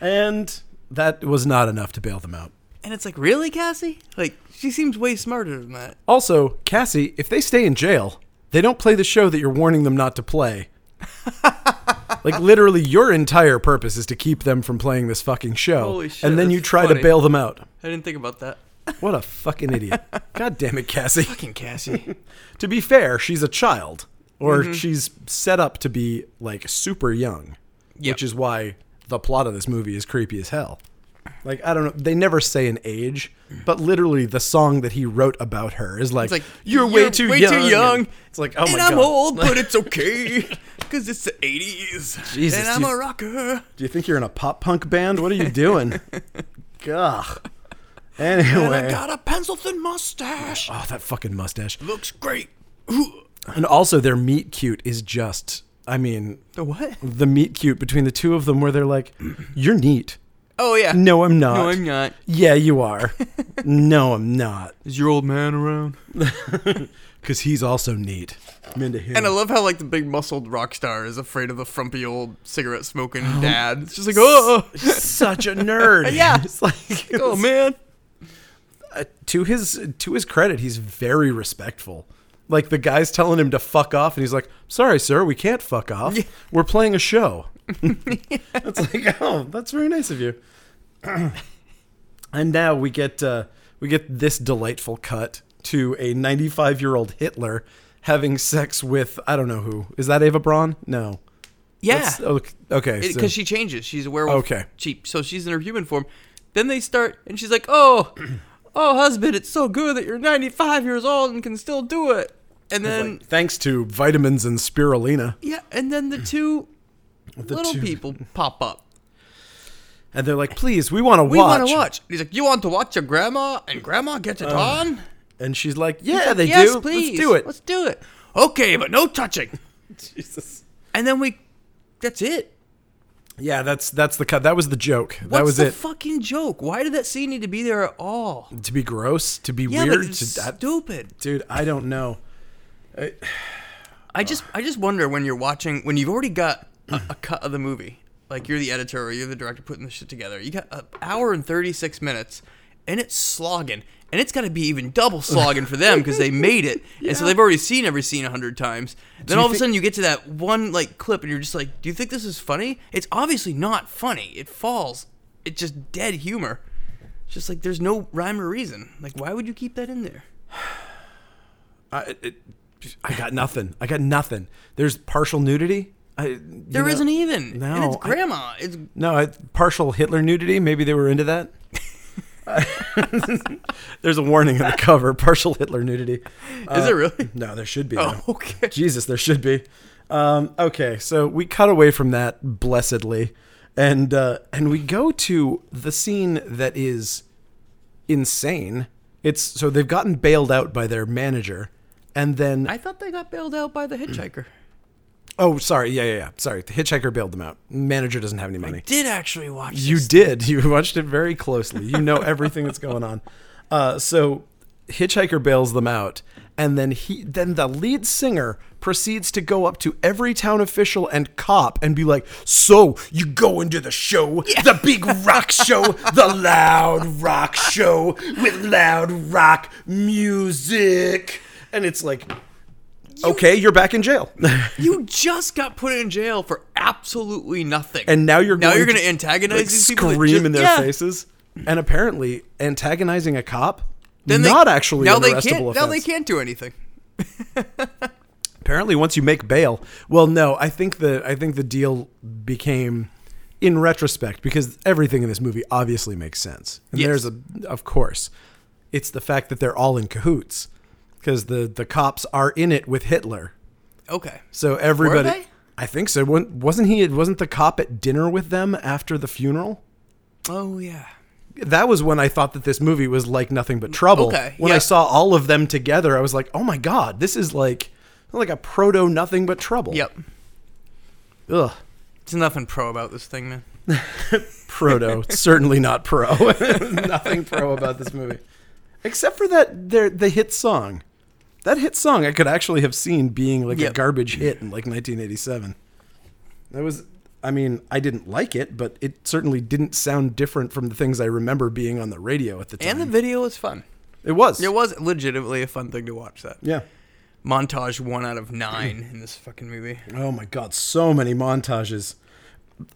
S1: And that was not enough to bail them out.
S2: and it's like, Really, Cassie? Like she seems way smarter than that.
S1: Also, Cassie, if they stay in jail, they don't play the show that you're warning them not to
S2: [laughs]
S1: play. like literally your entire purpose is to keep them from playing this fucking show.
S2: Holy shit,
S1: and then
S2: that's
S1: you try
S2: funny.
S1: to bail them out.
S2: I didn't think about that.
S1: What a fucking idiot. God damn it, Cassie.
S2: Fucking [laughs] Cassie.
S1: to be fair, she's a child, or
S2: Mm-hmm.
S1: she's set up to be like super young,
S2: Yep.
S1: which is why the plot of this movie is creepy as hell. Like I don't know, they never say an age, but literally the song that he wrote about her is like,
S2: like,
S1: "You're, way
S2: "You're
S1: too
S2: way too
S1: young."
S2: young.
S1: and It's like, oh
S2: and
S1: my
S2: I'm
S1: god,
S2: old,
S1: [laughs]
S2: but it's okay. Because it's the 80s.
S1: Jesus,
S2: And I'm
S1: you-
S2: a rocker.
S1: do you think you're in a pop punk band? What are you
S2: [laughs]
S1: doing? Gah.
S2: And I
S1: Anyway,
S2: got a pencil thin mustache.
S1: oh that fucking mustache,
S2: Looks great. Ooh.
S1: and also their meet cute is just, I mean,
S2: The what?
S1: the meet cute between the two of them where they're like, "You're neat."
S2: Oh, yeah.
S1: No, I'm not.
S2: No, I'm not.
S1: Yeah, you are. [laughs] no, I'm not.
S2: Is your old man around?
S1: Because he's also neat. I'm into him.
S2: And I love how, like, the big muscled rock star is afraid of the frumpy old cigarette smoking dad. It's just like, oh,
S1: He's such a nerd.
S2: [laughs] Yeah.
S1: It's like,
S2: oh, man.
S1: uh, to his to his credit, he's very respectful. Like the guy's telling him to fuck off, and he's like, "Sorry, sir, we can't fuck off. We're playing a
S2: [laughs]
S1: show." It's like, oh, that's very nice of you. and now we get uh, we get this delightful cut to a 95 year old Hitler having sex with I don't know who is that Ava Braun? No.
S2: Yeah.
S1: That's- okay. okay,
S2: Because
S1: so-
S2: she changes. She's a werewolf.
S1: Okay.
S2: Cheap. So she's in her human form. Then they start, and she's like, "Oh, [clears throat] oh, husband, it's so good that you're 95 years old and can still do it." And then,
S1: like, thanks to vitamins and spirulina,
S2: yeah, and then the two
S1: [clears throat] the
S2: little
S1: two-
S2: people pop up.
S1: and they're like, "Please, we want to watch."
S2: We want to watch. And he's like, "You want to watch your grandma, and grandma gets it on."
S1: And she's like,
S2: He's
S1: "Yeah,
S2: like,
S1: they
S2: yes,
S1: do.
S2: Please. Oh,
S1: Let's do it."
S2: Let's do it. Okay, but no touching.
S1: Jesus.
S2: And then we, that's it.
S1: Yeah, that's that's the cut. That was the joke.
S2: What's
S1: that was
S2: the
S1: it.
S2: fucking joke? Why did that scene need to be there at all?
S1: to be gross, to be
S2: Yeah,
S1: weird,
S2: like, it's
S1: to, I-
S2: stupid.
S1: dude, I don't know.
S2: I just I just wonder when you're watching when you've already got a, a cut of the movie, like you're the editor or you're the director putting this shit together. You got an hour and thirty six minutes, and it's slogging, and it's got to be even double slogging for
S1: [laughs]
S2: them because they made it, and so they've already seen every scene a hundred times. Then
S1: you
S2: all of a
S1: thi-
S2: sudden you get to that one like clip, and you're just like, do you think this is funny? It's obviously not funny. It falls. It's just dead humor. It's just like there's no rhyme or reason. Like why would you keep that in there?
S1: I, it, I got nothing. I got nothing. There's partial nudity. I,
S2: There e- not even.
S1: No,
S2: and it's
S1: I-
S2: grandma.
S1: [laughs]
S2: it's
S1: No, I, partial Hitler nudity. Maybe they were into
S2: [laughs]
S1: that. [laughs] There's a warning on the cover: partial Hitler nudity. Uh,
S2: is it really?
S1: No, there should be.
S2: Oh,
S1: though.
S2: [laughs] okay.
S1: Jesus, there should be. Um, okay, so we cut away from that blessedly, and uh, and we go to the scene that is insane. It's so they've gotten bailed out by their manager, and then
S2: I thought they got bailed out by the hitchhiker.
S1: oh, sorry, yeah, yeah, yeah, sorry, the hitchhiker bailed them out. Manager doesn't have any money.
S2: Did actually watch
S1: You did. [laughs] You watched it very closely. You know everything that's going on. Uh, so hitchhiker bails them out, and then he then the lead singer proceeds to go up to every town official and cop and be like, "So you go into the show, the big rock show, the loud rock show with loud rock music," and it's like. Okay, you're back in jail.
S2: You just got put in jail for absolutely nothing.
S1: and now you're
S2: now
S1: going
S2: you're going
S1: to,
S2: to antagonize
S1: like,
S2: these people.
S1: scream
S2: that just-
S1: in their
S2: yeah.
S1: faces. And apparently, antagonizing a cop,
S2: Then they-
S1: not actually
S2: now
S1: an
S2: they
S1: arrestable
S2: can't. Now they
S1: offense.
S2: can't do anything.
S1: Apparently, once you make bail, well, no, I think the I think the deal became, in retrospect, because everything in this movie obviously makes sense. And
S2: Yes.
S1: there's a, of course, it's the fact that they're all in cahoots, because the the cops are in it with Hitler.
S2: Okay.
S1: So everybody,
S2: they?
S1: I think so. Wa- Wasn't he? Wasn't the cop at dinner with them after the funeral?
S2: Oh yeah.
S1: that was when I thought that this movie was like nothing but trouble.
S2: Okay,
S1: When
S2: yeah.
S1: I saw all of them together, I was like, oh my god, this is like like a proto nothing but trouble.
S2: Yep.
S1: Ugh.
S2: There's nothing pro about this thing, man.
S1: Proto,
S2: [laughs]
S1: certainly not pro. [laughs] nothing pro about this movie, except for that their the hit song. That hit song I could actually have seen being like a
S2: Yep.
S1: garbage hit in like 1987. That was. I mean, I didn't like it, but it certainly didn't sound different from the things I remember being on the radio at the time.
S2: And the video was fun.
S1: it was.
S2: It was legitimately a fun thing to watch. That
S1: Yeah.
S2: montage one out of nine in this fucking movie.
S1: Oh my god, so many montages.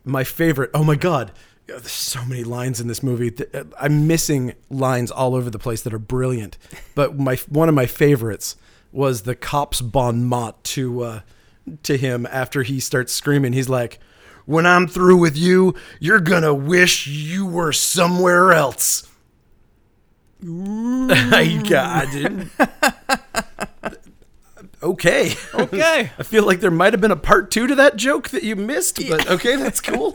S1: My favorite. Oh my god, Yeah, there's so many lines in this movie. Th- uh, I'm missing lines all over the place that are brilliant. But my one of my favorites was the cops bon mot to uh, to him after he starts screaming. He's like, "When I'm through with you, you're gonna wish you were somewhere else." [laughs] I God. okay.
S2: Okay.
S1: [laughs] I feel like there might have been a part two to that joke that you missed, but okay,
S2: [laughs]
S1: that's cool.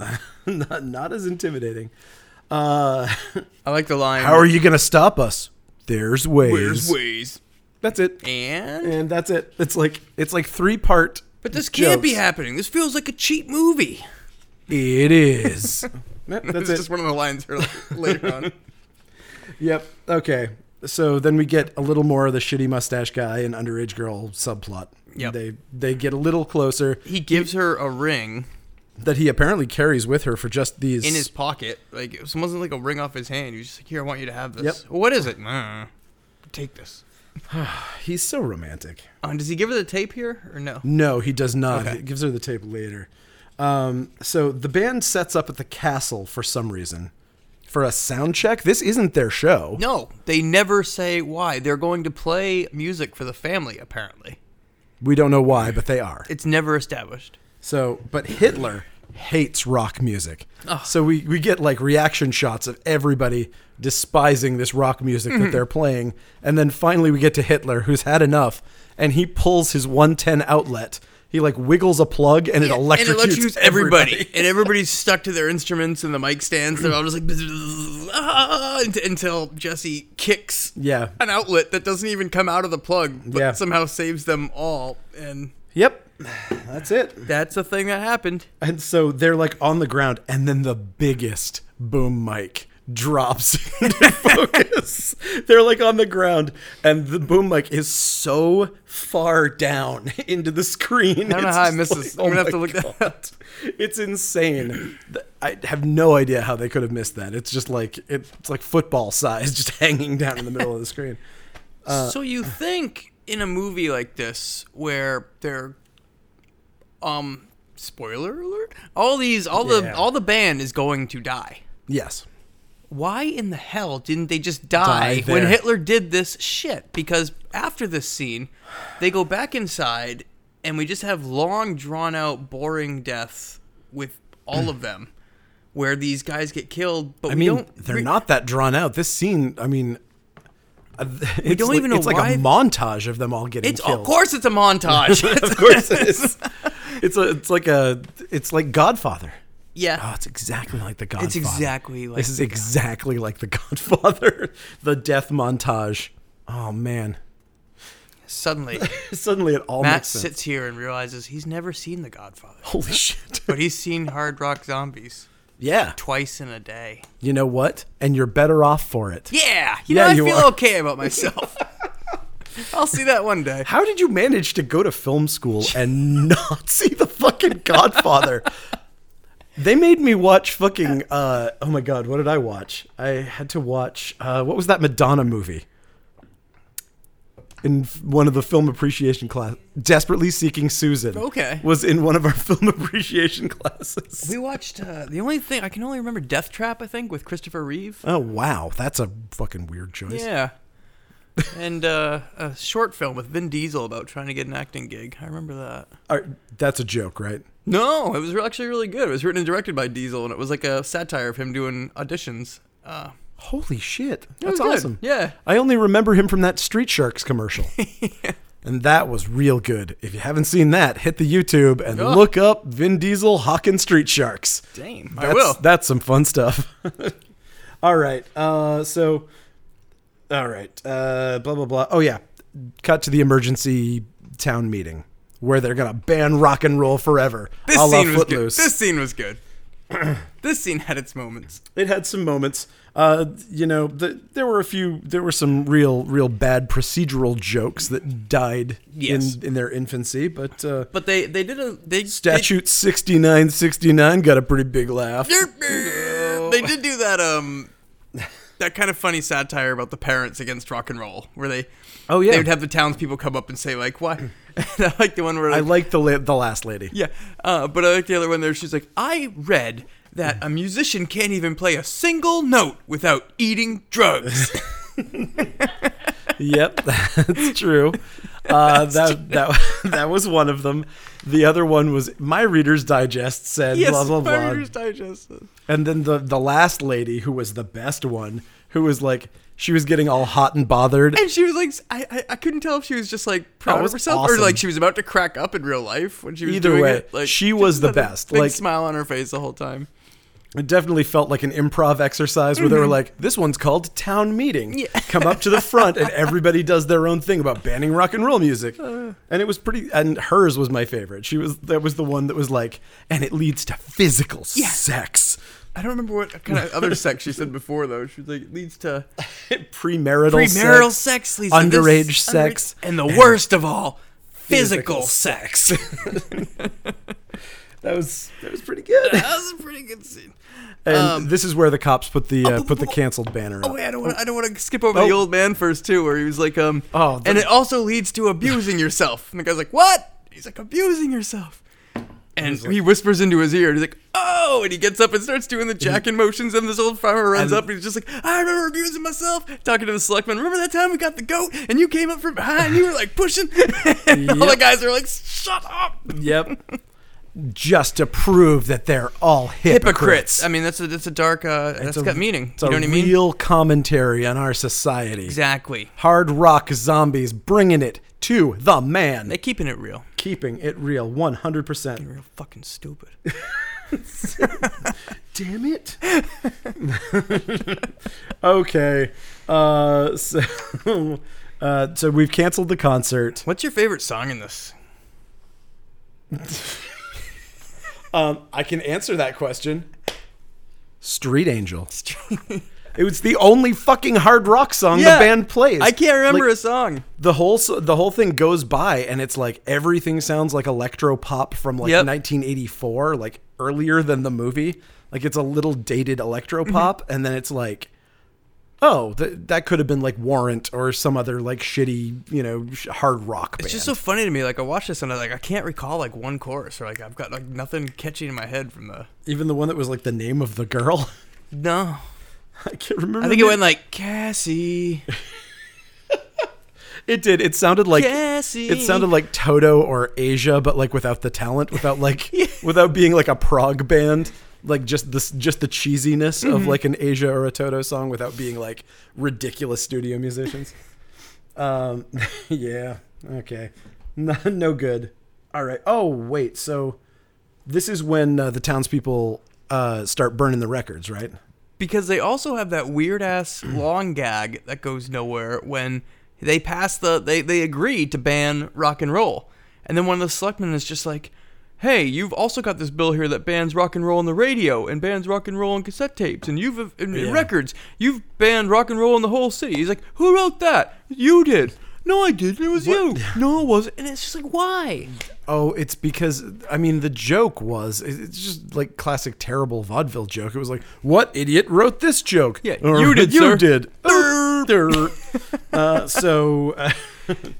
S1: [laughs] not, not as intimidating. Uh, [laughs]
S2: I like the line.
S1: how are you going to stop us? There's ways.
S2: Where's ways?
S1: That's it.
S2: And
S1: And that's it. It's like it's like three part.
S2: But this can't be
S1: jokes.
S2: happening. This feels like a cheap movie.
S1: It
S2: [laughs]
S1: is. Yep,
S2: That's
S1: that's it.
S2: just one of the lines for later on.
S1: Yep. Okay. So then we get a little more of the shitty mustache guy and underage girl subplot.
S2: Yep.
S1: They they get a little closer
S2: [laughs] He gives her a ring
S1: that he apparently carries with her for just these
S2: in his pocket. Like it was- wasn't like a ring off his hand. He was just like, "Here, I want you to have this."
S1: Yep.
S2: Well, what is it? "Nah, Take this.
S1: He's so romantic.
S2: Uh, does he give her the tape here or no?
S1: No, he does not.
S2: Okay.
S1: He gives her the tape later. Um, so the band sets up at the castle for some reason for a sound check. This isn't their show.
S2: No, they never say why. They're going to play music for the family. Apparently,
S1: We don't know why, but they are.
S2: it's never established.
S1: So, but Hitler hates rock music. So we, we get like reaction shots of everybody despising this rock music
S2: Mm-hmm.
S1: that they're playing. And then finally we get to Hitler who's had enough and he pulls his 110 outlet. He like wiggles a plug and it electrocutes
S2: and it electrocutes everybody.
S1: everybody.
S2: and everybody's stuck to their instruments and the mic stands. They're all just like [laughs] "Bzz, ah," unt- until Jesse kicks
S1: Yeah.
S2: an outlet that doesn't even come out of the plug, but
S1: Yeah.
S2: somehow saves them all. And
S1: Yep. [sighs] That's it.
S2: that's the thing that happened.
S1: And so they're like on the ground, and then the biggest boom mic drops [laughs] into focus. They're like on the ground, and the boom mic is so far down [laughs] into the screen.
S2: I don't know how I missed this. I'm gonna have to look
S1: up.
S2: that
S1: oh It's insane. Th- I have no idea how they could have missed that. It's just like it's like football size, [laughs] just hanging down in the middle of the screen. Uh,
S2: so you think in a movie like this where they're um spoiler alert all these all the
S1: Yeah.
S2: all the band is going to die
S1: Yes.
S2: why in the hell didn't they just die,
S1: Die there.
S2: when hitler did this shit because after this scene they go back inside and we just have long drawn out boring deaths with all of them where these guys get killed but
S1: I
S2: we
S1: mean,
S2: don't
S1: they're
S2: re-
S1: not that drawn out. This scene, I mean, uh, it's
S2: don't
S1: like,
S2: even know
S1: it's like
S2: why-
S1: a montage of them all getting
S2: it's,
S1: killed.
S2: of course it's a montage
S1: [laughs] of course it is. It's a, it's like a, it's like Godfather.
S2: yeah
S1: Oh, it's exactly like the Godfather.
S2: exactly like
S1: This is
S2: The
S1: exactly like the Godfather. [laughs] the death montage. Oh man! [laughs]
S2: suddenly
S1: Suddenly it all
S2: Matt
S1: makes sense.
S2: sits here and realizes he's never seen The Godfather,
S1: Holy shit!
S2: but he's seen Hard Rock Zombies
S1: yeah.
S2: twice in a day.
S1: You know what? And you're better off for it.
S2: Yeah, you
S1: Yeah,
S2: know I
S1: you
S2: feel
S1: are.
S2: okay about
S1: [laughs]
S2: myself. I'll see that one day.
S1: How did you manage to go to film school and [laughs] not see the fucking Godfather? they made me watch fucking. Uh, oh my god, what did I watch? I had to watch. Uh, what was that Madonna movie? In f- one of the film appreciation class, desperately seeking Susan.
S2: Okay.
S1: was in one of our [laughs] film appreciation classes.
S2: We watched uh, the only thing I can only remember Death Trap I think with Christopher Reeve.
S1: Oh wow, that's a fucking weird choice.
S2: Yeah. and uh, a short film with Vin Diesel about trying to get an acting gig. I remember that.
S1: All right, that's a joke, right?
S2: No, it was re- actually really good. It was written and directed by Diesel, and it was like a satire of him doing auditions. Uh,
S1: Holy shit,
S2: it was
S1: that's
S2: good.
S1: awesome.
S2: Yeah,
S1: I only remember him from that Street Sharks
S2: [laughs]
S1: commercial. And that was real good. If you haven't seen that, hit the YouTube and
S2: Oh.
S1: look up Vin Diesel hawking Street Sharks.
S2: damn,
S1: That's,
S2: I will.
S1: That's some fun stuff. [laughs] all right. Uh, so, all right. Uh, blah, blah, blah. Oh, yeah. Cut to the emergency town meeting where they're going to ban rock and roll forever.
S2: This
S1: a la
S2: scene was good.
S1: Footloose.
S2: This scene was good. [clears throat] this scene had its moments.
S1: it had some moments. Uh, you know, the, there were a few. There were some real, real bad procedural jokes that died
S2: Yes.
S1: in in their infancy. But uh,
S2: But they they did a they
S1: statute sixty nine sixty nine got a pretty big laugh.
S2: They, they did do that um that kind of funny satire about the parents against rock and roll where they
S1: Oh, yeah.
S2: they would have the townspeople come up and say like why [laughs] like the one where
S1: I
S2: like,
S1: like the la- the last lady.
S2: yeah uh, but I like the other one there she's like I read that a musician can't even play a single note without eating
S1: [laughs]
S2: drugs.
S1: yep, [laughs] that's true. Uh, that that [laughs] that was one of them. The other one was my Reader's Digest said
S2: yes,
S1: blah blah
S2: my
S1: blah.
S2: Reader's Digest.
S1: And then the the last lady who was the best one, who was like she was getting all hot and bothered
S2: And she was like, I, I, I couldn't tell if she was just like proud
S1: it
S2: of
S1: was
S2: herself or
S1: awesome.
S2: like she was about to crack up in real life when she was
S1: Either
S2: doing
S1: way,
S2: it. Like
S1: she was
S2: just
S1: the
S2: had a
S1: best.
S2: Big
S1: Like-
S2: smile on her face the whole time.
S1: It definitely felt like an improv exercise where they
S2: Mm-hmm.
S1: were like, "This one's called town meeting. Come up to the front,
S2: [laughs]
S1: and everybody does their own thing about banning rock and roll music."
S2: Uh.
S1: and it was pretty. And hers was my favorite. She was that was the one that was like, "And it leads to physical sex, [laughs]
S2: I don't remember what kind [laughs] of other sex she said before though. She was like, it leads to
S1: premarital,
S2: premarital
S1: sex,
S2: sex, leads
S1: underage
S2: to this,
S1: sex,
S2: underage- and the worst of all, physical, sex.
S1: that was that was pretty
S2: [laughs]
S1: good."
S2: [laughs] that was a pretty good scene.
S1: And
S2: Um,
S1: this is where the cops put the uh,
S2: bu-
S1: put the
S2: bu-
S1: canceled banner
S2: Oh
S1: up.
S2: wait, I don't want. I don't want to skip over the
S1: Oh.
S2: old man first too, where he was like, um,
S1: Oh,
S2: and
S1: the-
S2: it also leads to abusing yourself. And the guy's like, what? He's like abusing yourself, and he whispers into his ear. And he's like, oh, and he gets up and starts doing the jacking motions. And this old farmer runs
S1: And-
S2: up, and he's just like, I remember abusing myself. Talking to the selectman. Remember that time we got the goat, and you came up from behind, and you were like pushing. [laughs] and All the
S1: Yep.
S2: guys are like, shut up,
S1: Yep. Just to prove that they're all hypocrites.
S2: hypocrites. I mean, that's a that's a dark. Uh, that's
S1: a-
S2: got meaning.
S1: It's
S2: You
S1: a
S2: know what I mean?
S1: real commentary on our society.
S2: exactly.
S1: Hard rock zombies bringing it to the man.
S2: They're keeping it real.
S1: Keeping it real 100%.
S2: Real fucking stupid.
S1: Damn it. [laughs] okay. Uh, so, [laughs] uh, so we've canceled the concert.
S2: What's your favorite song in this?
S1: Um, I can answer that question. Street Angel. It was the only fucking hard rock song
S2: Yeah.
S1: the band plays.
S2: I can't remember
S1: Like,
S2: a song.
S1: the whole s- the whole thing goes by and it's like everything sounds like electro pop from like
S2: Yep.
S1: 1984 like earlier than the movie like it's a little dated electro
S2: Mm-hmm.
S1: pop and then it's like oh th- that could have been like warrant or some other like shitty you know sh- hard rock band
S2: It's just so funny to me. Like I watched this and I like I can't recall like one chorus or like I've got like nothing catchy in my head from the.
S1: even the one that was like the name of the girl [laughs]
S2: No,
S1: i can't remember
S2: I think it
S1: the-
S2: went
S1: [laughs]
S2: like Cassie,
S1: it did it sounded like
S2: Cassie.
S1: It sounded like Toto or Asia, but like without the talent, without like without being like a prog band, like just this just the cheesiness of like an Asia or a Toto song without being like ridiculous studio musicians. [laughs] um, [laughs] yeah, okay, [laughs] no, no good. All right. Oh wait, so this is when uh, the townspeople uh, start burning the records, right?
S2: because they also have that weird ass long gag that goes nowhere when they pass the they they agree to ban rock and roll, and then one of the selectmen is just like, "Hey, you've also got this bill here that bans rock and roll on the radio and bans rock and roll on cassette tapes and you've uh, and, and
S1: Yeah.
S2: records. You've banned rock and roll in the whole city." He's like, "Who wrote that? You did." No, I didn't. It was you. No, it wasn't. And it's just like, why?
S1: Oh, it's because I mean the joke was it- it's just like classic terrible vaudeville joke. It was like, "What idiot wrote this joke?"
S2: Yeah, you
S1: [laughs]
S2: did,
S1: You
S2: sir." [laughs]
S1: did. Er, der. [laughs] uh, so uh,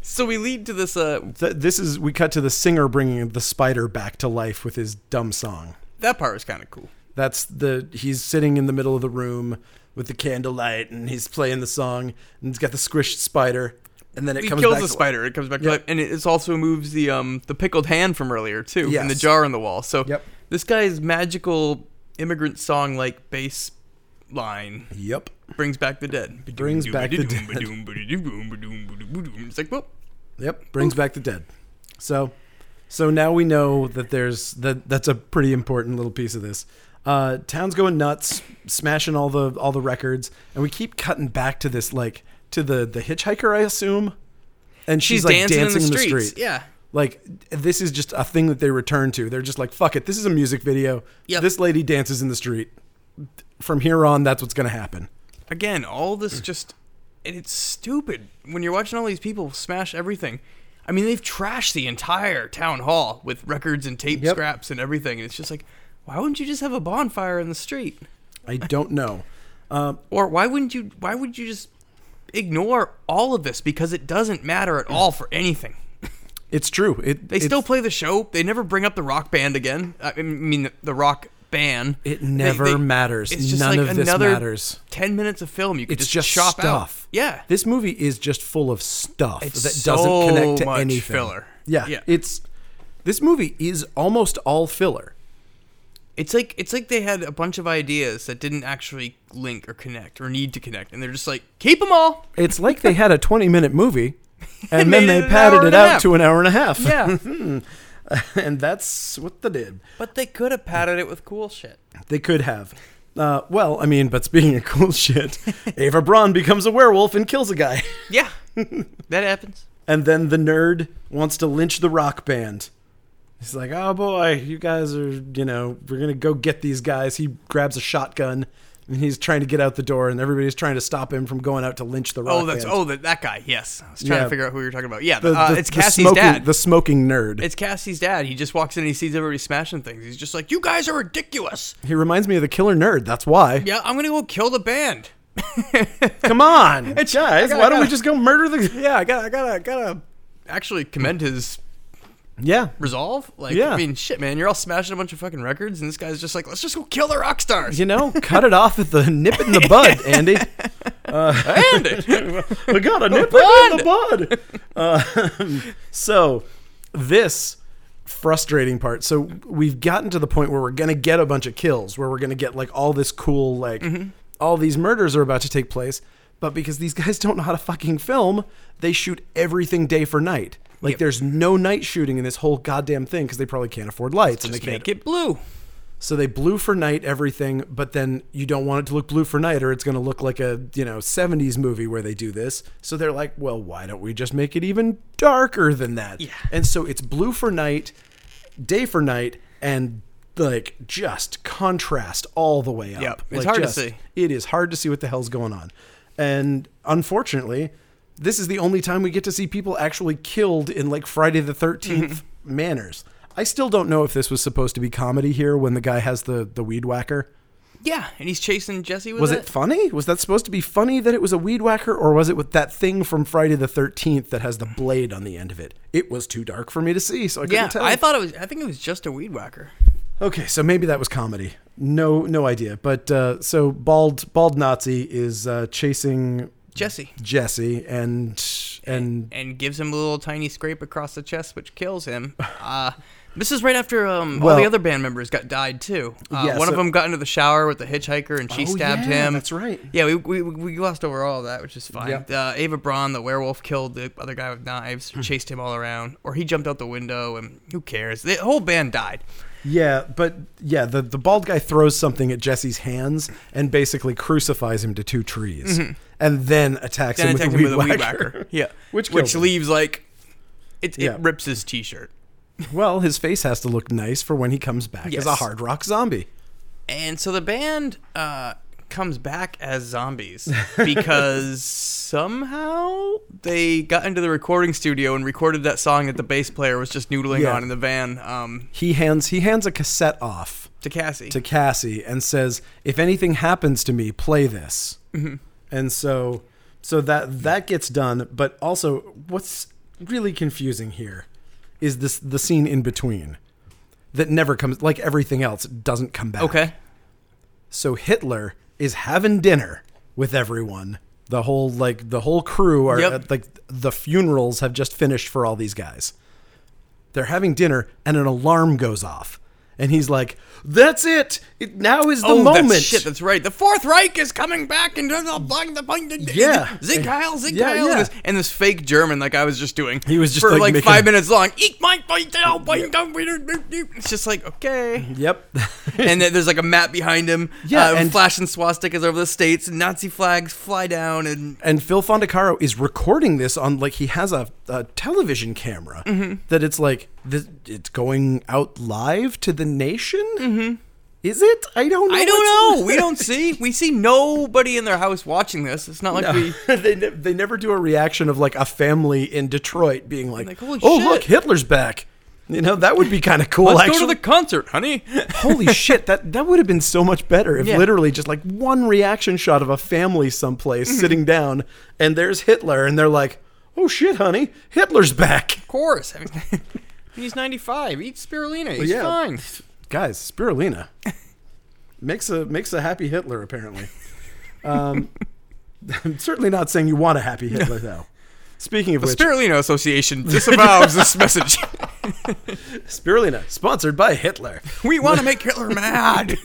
S2: So we lead to this uh,
S1: th- this is we cut to the singer bringing the spider back to life with his dumb song.
S2: that part was kind of cool.
S1: That's the he's sitting in the middle of the room with the candlelight and he's playing the song and he's got the squished spider and then it
S2: He
S1: comes
S2: kills
S1: back
S2: the
S1: to life.
S2: spider. It comes back to
S1: Yeah.
S2: life, and it it's also moves the um the pickled hand from earlier too, and the
S1: Yes.
S2: jar on the wall. So
S1: Yep.
S2: this guy's magical immigrant song like bass line
S1: Yep.
S2: brings back the dead.
S1: Brings back the dead.
S2: It's like well,
S1: Yep, brings back the dead. So, so now we know that there's that. That's a pretty important little piece of this. Uh, town's going nuts, smashing all the all the records, and we keep cutting back to this like to the the hitchhiker, I assume, and she's,
S2: she's,
S1: like
S2: dancing, in the streets.
S1: street.
S2: Yeah.
S1: Like this is just a thing that they return to. They're just like, fuck it, this is a music video.
S2: Yep.
S1: This lady dances in the street. From here on, that's what's gonna happen.
S2: Again, all this just and it's stupid when you're watching all these people smash everything. I mean, they've trashed the entire town hall with records and tape
S1: Yep.
S2: scraps and everything, and it's just like, why wouldn't you just have a bonfire in the street? [laughs]
S1: I don't know.
S2: Or why wouldn't you? Why would you just ignore all of this because it doesn't matter at all for anything?
S1: It's true. It
S2: They still play the show. They never bring up the rock band again. I mean, the rock band.
S1: it
S2: They-
S1: never
S2: they-
S1: matters.
S2: It's just
S1: None
S2: like
S1: of this
S2: another
S1: matters.
S2: Ten minutes of film. You could
S1: It's just
S2: just, shop
S1: stuff.
S2: Out. Yeah,
S1: This movie is just full of stuff
S2: It's
S1: that doesn't connect
S2: so
S1: to
S2: much
S1: anything.
S2: filler.
S1: Yeah,
S2: Yeah.
S1: it's this movie is almost all filler.
S2: it's like it's like they had a bunch of ideas that didn't actually link or connect or need to connect, and they're just like keep them all.
S1: It's like they had a 20-minute
S2: [laughs]
S1: movie and then
S2: made
S1: they
S2: it an
S1: padded
S2: hour
S1: it
S2: and a
S1: out
S2: half.
S1: to an hour and a half.
S2: Yeah,
S1: [laughs] and that's what they did.
S2: but they could have padded it with cool shit.
S1: They could have. Uh, well, I mean, but speaking of cool [laughs] shit, Ava Braun becomes a werewolf and kills a guy.
S2: Yeah, [laughs] that happens.
S1: And then the nerd wants to lynch the rock band. He's like, oh boy, you guys are, you know, we're going to go get these guys. He grabs a shotgun and he's trying to get out the door, and everybody's trying to stop him from going out to lynch the rock
S2: Oh, that's
S1: band.
S2: oh that, that guy. Yes, I was trying
S1: Yeah.
S2: to figure out who you were talking about. Yeah,
S1: The-
S2: uh,
S1: the-
S2: it's
S1: the
S2: Cassie's
S1: smoking,
S2: dad.
S1: The smoking nerd.
S2: it's Cassie's dad. He just walks in and he sees everybody smashing things. He's just like, "You guys are ridiculous."
S1: he reminds me of the killer nerd. That's why.
S2: Yeah, I'm gonna go kill the band.
S1: [laughs] Come on.
S2: [laughs] It's- I
S1: guys,
S2: gotta-
S1: why don't we
S2: gotta-
S1: just go murder the.
S2: [laughs] Yeah, I gotta, I gotta, I gotta actually commend his [laughs]
S1: Yeah.
S2: resolve. Like,
S1: Yeah.
S2: I mean, shit, man, you're all smashing a bunch of fucking records, and this guy's just like, "Let's just go kill the rock stars."
S1: You know, cut it off at the nip it in the
S2: [laughs]
S1: bud, Andy.
S2: and
S1: [laughs]
S2: it.
S1: we got a nip it in the bud. Um, so this frustrating part. So we've gotten to the point where we're gonna get a bunch of kills, where we're gonna get like all this cool like
S2: Mm-hmm.
S1: all these murders are about to take place. But because these guys [laughs] don't know how to fucking film, they shoot everything day for night. Like
S2: Yep.
S1: there's no night shooting in this whole goddamn thing because they probably can't afford lights and they
S2: Just
S1: can't.
S2: make it blue.
S1: So they blue for night everything, but then you don't want it to look blue for night or it's going to look like a, you know, 70s movie where they do this. So they're like, well, why don't we just make it even darker than that?
S2: Yeah.
S1: And so it's blue for night, day for night, and like just contrast all the way up.
S2: Yep. It's
S1: Like,
S2: hard to
S1: just-
S2: see.
S1: It is hard to see what the hell's going on. And unfortunately, this is the only time we get to see people actually killed in like Friday the 13th
S2: Mm-hmm.
S1: manners. I still don't know if this was supposed to be comedy here when the guy has the the weed whacker.
S2: Yeah, and he's chasing Jesse with
S1: Was it funny? Was that supposed to be funny that it was a weed whacker or was it with that thing from Friday the 13th that has the blade on the end of it? It was too dark for me to see, so I couldn't
S2: Yeah,
S1: tell.
S2: I thought it was. I think it was just a weed whacker.
S1: Okay, so maybe that was comedy. No, no idea. But uh, so bald, bald Nazi is uh, chasing
S2: Jesse
S1: Jesse, and and
S2: and gives him a little tiny scrape across the chest, which kills him. [laughs] Uh, this is right after um, all
S1: Well-
S2: the other band members got died too. Uh,
S1: Yeah,
S2: one of
S1: so-
S2: them got into the shower with the hitchhiker, and she
S1: Oh,
S2: stabbed
S1: yeah,
S2: him.
S1: that's right.
S2: Yeah, we, we, we glossed over all of that, which is fine.
S1: Yep.
S2: Uh, Ava Braun, the werewolf, killed the other guy with knives,
S1: Hmm.
S2: chased him all around, or he jumped out the window, and who cares? The whole band died.
S1: yeah, but yeah, the the bald guy throws something at Jesse's hands and basically crucifies him to two trees, and then attacks
S2: Mm-hmm. Then
S1: him, with, a
S2: attacked him with a weed
S1: whacker. [laughs]
S2: whacker. Yeah,
S1: Which kills
S2: which
S1: him.
S2: leaves like it,
S1: Yeah.
S2: it rips his t-shirt.
S1: Well, his face has to look nice for when he comes back as a
S2: Yes.
S1: hard rock zombie.
S2: And so the band uh, comes back
S1: [laughs]
S2: as zombies because somehow they got into the recording studio and recorded that song that the bass player was just noodling
S1: Yeah.
S2: on in the van um,
S1: He hands he hands a cassette off
S2: to Cassie.
S1: to Cassie and says, "If anything happens to me, play this."
S2: Mm-hmm.
S1: And so, so that that gets done. But also, what's really confusing here is this the scene in between that never comes. Like everything else, it doesn't come back.
S2: okay.
S1: So Hitler is having dinner with everyone. The whole like the whole crew are
S2: Yep.
S1: at, like the funerals have just finished for all these guys. They're having dinner and an alarm goes off. And he's like, "That's it. it now is the
S2: oh, that's-
S1: moment."
S2: shit, that's right. The Fourth Reich is coming back and does all bang the bang the
S1: Yeah.
S2: Zig Heil, Zig
S1: Yeah,
S2: Heil.
S1: yeah.
S2: And, this, and this fake German like I was just doing.
S1: He was just,
S2: for
S1: like,
S2: like,
S1: making-
S2: five minutes long. Eat my bite down, bite down, bite down, bite down. It's just like okay.
S1: Yep. [laughs]
S2: and then there's like a map behind him.
S1: Yeah,
S2: uh,
S1: and-
S2: flashing swastikas over the states, and Nazi flags fly down, and
S1: and Phil Fondacaro is recording this on like he has a, a television camera
S2: Mm-hmm.
S1: that it's like this, it's going out live to the nation. Mm-hmm. Is it? I don't. know
S2: I
S1: what's- [laughs]
S2: don't know. we don't see. We see nobody in their house watching this. It's not like we.
S1: [laughs] they, ne- they never do a reaction of like a family in Detroit being like,
S2: Like, holy
S1: "Oh
S2: shit."
S1: look, Hitler's back." You know that would be kind of cool.
S2: Let's
S1: actually,
S2: go to the concert, honey.
S1: holy [laughs] shit that that would have been so much better if
S2: Yeah.
S1: literally just like one reaction shot of a family someplace sitting down and there's Hitler and they're like, "Oh shit, honey, Hitler's back."
S2: of course. I mean, [laughs] he's 95. Eat spirulina. He's
S1: yeah.
S2: fine.
S1: guys, [laughs] spirulina makes a makes a happy Hitler apparently. Um, [laughs] I'm certainly not saying you want a happy [laughs] Hitler though. Speaking of which,
S2: Spirulina
S1: [laughs]
S2: Association disavows this message.
S1: spirulina sponsored by Hitler.
S2: we want to make Hitler
S1: [laughs]
S2: mad.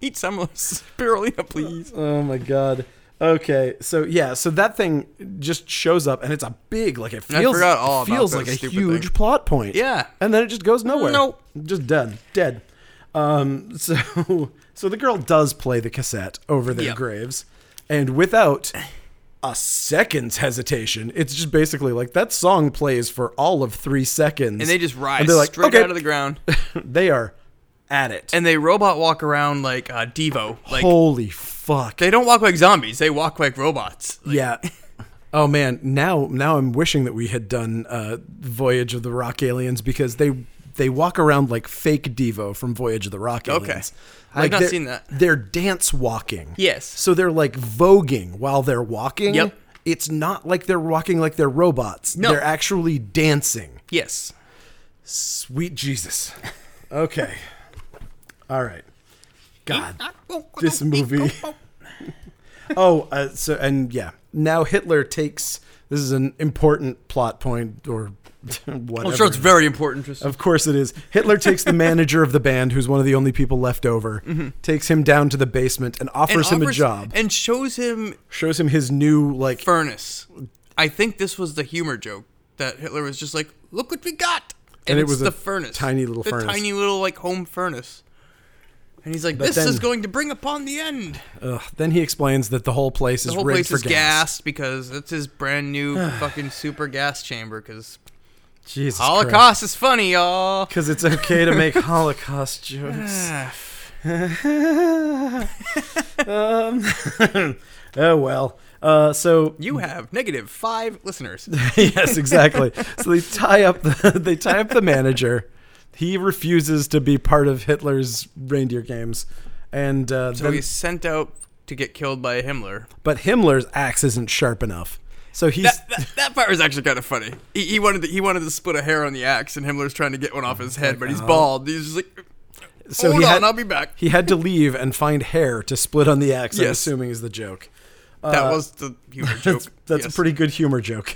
S2: Eat some spirulina, please.
S1: Oh my god. Okay, so yeah, so that thing just shows up, and it's a big like it
S2: I
S1: feels
S2: forgot all
S1: it
S2: about
S1: feels
S2: that
S1: like a
S2: stupid
S1: huge
S2: thing.
S1: plot point.
S2: Yeah.
S1: and then it just goes nowhere.
S2: Nope.
S1: just done, dead. Um, so [laughs] so the girl does play the cassette over their
S2: Yep.
S1: graves, and without a second's hesitation, it's just basically like that song plays for all of three seconds,
S2: And they just rise
S1: and they're like,
S2: straight
S1: okay,
S2: out of the ground.
S1: [laughs] they are at it.
S2: And they robot walk around like uh,
S1: [laughs]
S2: Devo. Like,
S1: Holy fuck!
S2: They don't walk like zombies. They walk like robots. Like, [laughs]
S1: yeah. Oh man, now now I'm wishing that we had done uh, Voyage of the Rock Aliens because they they walk around like fake Devo from Voyage of the Rock Aliens.
S2: Okay. I've not
S1: they're-
S2: seen that.
S1: They're dance walking.
S2: Yes.
S1: So they're like voguing while they're walking.
S2: Yep.
S1: It's not like they're walking like they're robots.
S2: No.
S1: They're actually dancing.
S2: Yes.
S1: Sweet Jesus. [laughs] Okay. All right. God. This [laughs] movie. oh, uh, so and yeah. Now Hitler takes this is an important plot point or [laughs] whatever.
S2: I'm sure it's very important. Just
S1: of course it is. Hitler takes the manager of the band, who's one of the only people left over, takes him down to the basement and offers him a job.
S2: Mm-hmm. and shows him
S1: shows him his new like
S2: furnace. I think this was the humor joke that Hitler was just like, "Look what we got,"
S1: And it
S2: it's
S1: was a
S2: the furnace,
S1: tiny little
S2: the
S1: furnace.
S2: tiny little like home furnace. And he's like, "This
S1: then-
S2: is going to bring upon the end."
S1: ugh. then he explains that the whole place is
S2: The whole
S1: rigged
S2: place
S1: for [sighs]
S2: is gassed because that's his brand new fucking super gas chamber. Because
S1: Jesus Christ.
S2: Holocaust is funny, y'all.
S1: Because it's okay to
S2: [laughs]
S1: make Holocaust jokes.
S2: Ah,
S1: [laughs] um, [laughs] oh well. Uh, so
S2: you have negative five listeners.
S1: [laughs] yes, exactly. so they tie up the [laughs] they tie up the manager. He refuses to be part of Hitler's reindeer games, and uh,
S2: So
S1: then-
S2: he's sent out to get killed by Himmler.
S1: but Himmler's axe isn't sharp enough. So he's [laughs]
S2: That, that, that part was actually kind of funny. He, he wanted to, he wanted to split a hair on the axe, and Himmler's trying to get one off
S1: Oh,
S2: his head, but he's bald. He's just like,
S1: so
S2: hold
S1: he
S2: on,
S1: had,
S2: I'll be back.
S1: he had to leave and find hair to split on the axe. I'm
S2: Yes.
S1: assuming is the joke.
S2: that was the humor joke.
S1: uh, [laughs] That's, that's a
S2: yes.
S1: pretty good humor joke.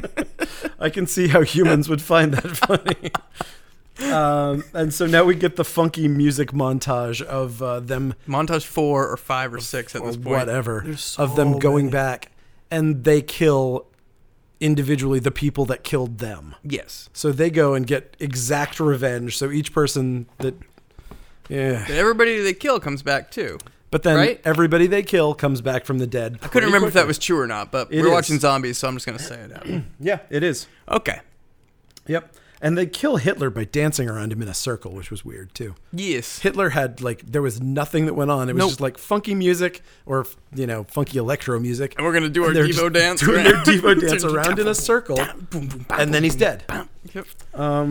S1: [laughs] I can see how humans would find that funny. [laughs] Um, and so now we get the funky music montage of uh, them
S2: montage four or five or six at
S1: or
S2: this point.
S1: whatever
S2: There's
S1: of them
S2: so
S1: going
S2: many.
S1: back and they kill individually the people that killed them.
S2: Yes.
S1: So they go and get exact revenge. So each person that yeah,
S2: Everybody they kill comes back too.
S1: but then
S2: Right?
S1: everybody they kill comes back from the dead.
S2: I couldn't remember if that was true or not, but
S1: It
S2: we're
S1: is.
S2: watching zombies, so I'm just gonna say
S1: [clears throat]
S2: it out.
S1: yeah, it is.
S2: okay.
S1: Yep. And they kill Hitler by dancing around him in a circle, which was weird too.
S2: Yes.
S1: Hitler had like there was nothing that went on. It was
S2: Nope.
S1: just like funky music or you know funky electro music.
S2: And we're gonna do our
S1: they're
S2: Devo
S1: just
S2: dance.
S1: doing
S2: around.
S1: their
S2: [laughs]
S1: Devo dance around in a circle, and then he's dead.
S2: Yep.
S1: Um,
S2: [laughs]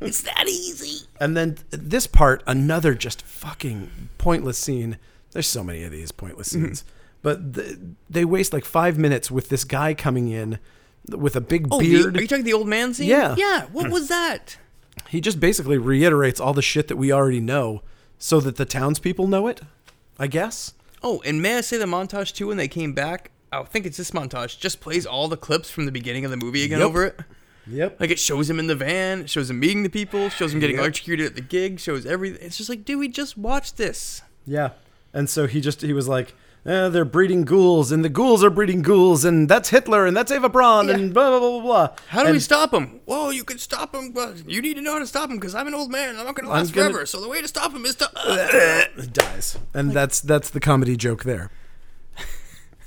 S3: It's that easy.
S1: And then this part, another just fucking pointless scene. There's so many of these pointless scenes, but th- they waste like five minutes with this guy coming in with a big
S2: Oh, the-
S1: beard.
S2: are you talking the old man scene?
S1: Yeah.
S2: Yeah. What was that?
S1: he just basically reiterates all the shit that we already know, so that the townspeople know it. I guess.
S2: [clears throat] Oh, and may I say the montage too? When they came back, Oh, I think it's this montage. Just plays all the clips from the beginning of the movie again
S1: Yep.
S2: over it.
S1: Yep.
S2: Like it shows him in the van, it shows him meeting the people, shows him getting electrocuted at the gig, shows everything. It's just like, dude, we just watched this.
S1: Yeah. And so he just he was like, eh, they're breeding ghouls, and the ghouls are breeding ghouls, and that's Hitler, and that's Eva Braun, and blah blah blah blah. blah.
S2: How do we
S1: And
S2: stop him? Whoa, you can stop him, but you need to know how to stop him because I'm an old man. and I'm not going to
S1: I'm
S2: last
S1: gonna-
S2: forever. So the way to stop him is to. [laughs] Uh,
S1: It dies, and that's that's the comedy joke there.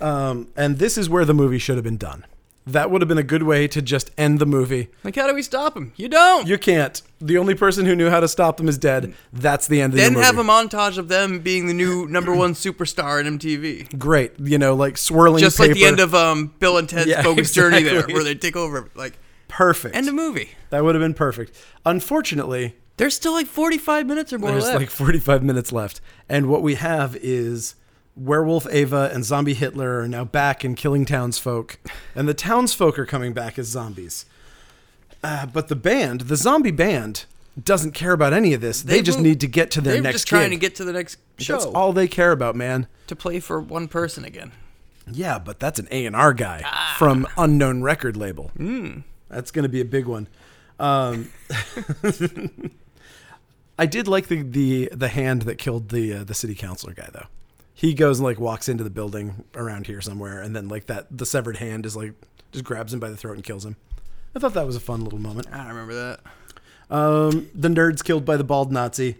S1: Um, and this is where the movie should have been done. That would have been a good way to just end the movie.
S2: like, how do we stop him? You don't.
S1: You can't. The only person who knew how to stop them is dead. That's the end of
S2: then
S1: the movie.
S2: have a montage of them being the new number one superstar in MTV.
S1: Great, you know, like swirling.
S2: Just like the
S1: paper.
S2: end of um, Bill and Ted's
S1: Yeah, [laughs]
S2: Bogus Journey there,
S1: exactly.
S2: where they take over. Like,
S1: perfect.
S2: end of movie.
S1: that would have been perfect. Unfortunately,
S2: There's still like 45 minutes or more
S1: There's
S2: left.
S1: like 45 minutes left. And what we have is werewolf Ava and zombie Hitler are now back and killing townsfolk. And the townsfolk are coming back as zombies. Uh, but the band, the zombie band, doesn't care about any of this. They,
S2: They
S1: just
S2: will-
S1: need to get to their
S2: They're
S1: next
S2: just trying to
S1: gig.
S2: get to the next show
S1: That's all they care about, man.
S2: to play for one person again.
S1: Yeah, but that's an A&R guy from unknown record label. That's going to be a big one. Um, [laughs] I did like the, the the hand that killed the uh, the city councilor guy though. He goes and like walks into the building around here somewhere and then like that the severed hand is like just grabs him by the throat and kills him. I thought that was a fun little moment.
S2: I don't remember that.
S1: Um, the nerd's killed by the bald Nazi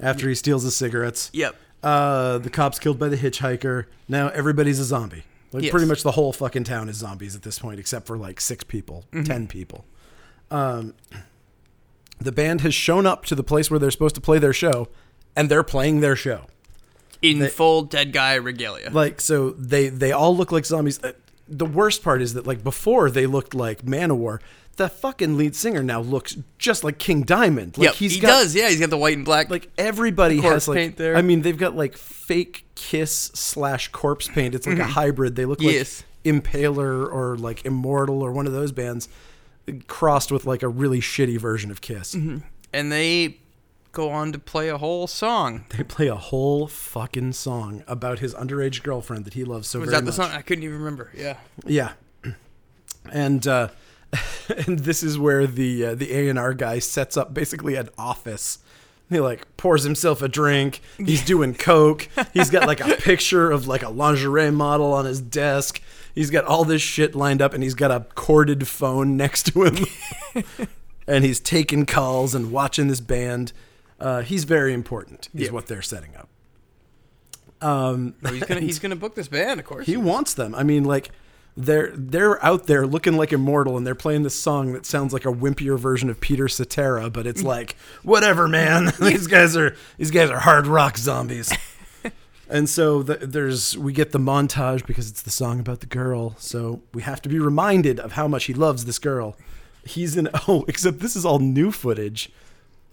S1: after he steals his cigarettes.
S2: Yep.
S1: Uh, the cops killed by the hitchhiker. Now everybody's a zombie. Like
S2: Yes.
S1: pretty much the whole fucking town is zombies at this point, except for like six people,
S2: Mm-hmm.
S1: ten people. Um, the band has shown up to the place where they're supposed to play their show, and they're playing their show.
S2: In full dead guy regalia.
S1: Like so, they they all look like zombies. Uh, The worst part is that like before they looked like Manowar. The fucking lead singer now looks just like King Diamond. Like
S2: yep. he does. Yeah, he's got the white and black.
S1: like everybody
S2: corpse
S1: has like
S2: paint there.
S1: I mean they've got like fake kiss slash corpse paint. It's like a hybrid. They look
S2: Mm-hmm. Yes.
S1: like Impaler or like Immortal or one of those bands crossed with like a really shitty version of Kiss.
S2: Mm-hmm. and they go on to play a whole song.
S1: They play a whole fucking song about his underage girlfriend that he loves so
S2: Was
S1: very
S2: that the
S1: much.
S2: song? I couldn't even remember.
S1: [laughs]
S2: Yeah.
S1: Yeah, and uh, [laughs] and this is where the uh, the A and R guy sets up basically an office. He like pours himself a drink. He's doing coke. He's got like a picture of like a lingerie model on his desk. He's got all this shit lined up, and he's got a corded phone next to him. and he's taking calls and watching this band. Uh, he's very important. Is
S2: Yeah.
S1: what they're setting up.
S2: Well, he's gonna he's gonna book this band, of course.
S1: He wants them. I mean, like They're they're out there looking like immortal, and they're playing this song that sounds like a wimpier version of Peter Cetera, but it's like whatever, man. [laughs] these guys are these guys are hard rock zombies. And so th there's we get the montage because it's the song about the girl. So we have to be reminded of how much he loves this girl. He's in [laughs] oh, except this is all new footage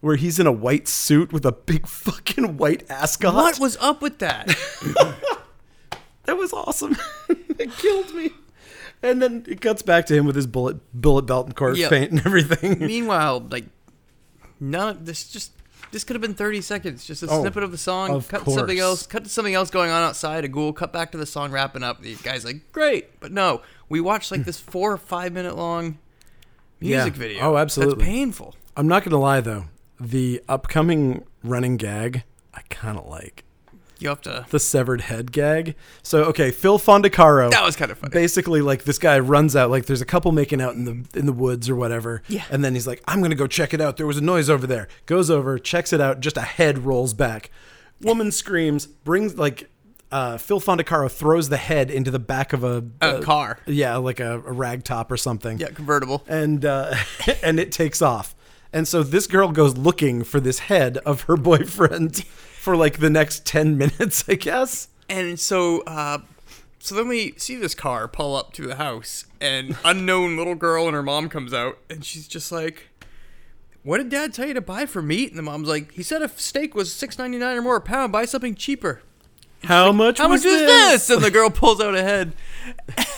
S1: where he's in a white suit with a big [laughs] fucking white ascot.
S2: What was up
S1: [laughs]
S2: with that?
S1: That was awesome. [laughs] it killed me. And then it cuts back to him with his bullet bullet belt and corpse
S2: Yep.
S1: paint and everything.
S2: Meanwhile, like, none. of This just this could have been thirty seconds. Just a
S1: Oh,
S2: snippet of the song.
S1: of
S2: cut to something
S1: course.
S2: else. Cut to something else going on outside. A ghoul. Cut back to the song wrapping up. The guy's like, [laughs] great, but no. We watched like this four or five minute long music
S1: Yeah.
S2: video.
S1: Oh, absolutely.
S2: That's painful.
S1: I'm not gonna lie though, the upcoming running gag I kind of like
S2: You have to.
S1: the severed head gag. So okay, Phil
S2: [laughs]
S1: Fondacaro.
S2: That was kind of funny.
S1: basically like this guy runs out like there's a couple making out in the in the woods or whatever
S2: Yeah.
S1: and then he's like i'm gonna go check it out there was a noise over there goes over checks it out just a head rolls back woman screams brings like uh, phil fondacaro throws the head into the back of a,
S2: a
S1: uh,
S2: car.
S1: yeah like a, a rag top or something
S2: Yeah, convertible.
S1: and uh, [laughs] and it takes off and so this girl goes looking for this head of her [laughs] boyfriend for like the next 10 minutes i guess
S2: And so, uh, so then we see this car pull up to the house, and unknown little girl and her mom comes out, and she's just like, "What did Dad tell you to buy for meat?" And the mom's like, "He said if steak was six ninety nine or more a pound, buy something cheaper."
S1: how much
S2: How
S1: was
S2: much is this? And the girl pulls out a head,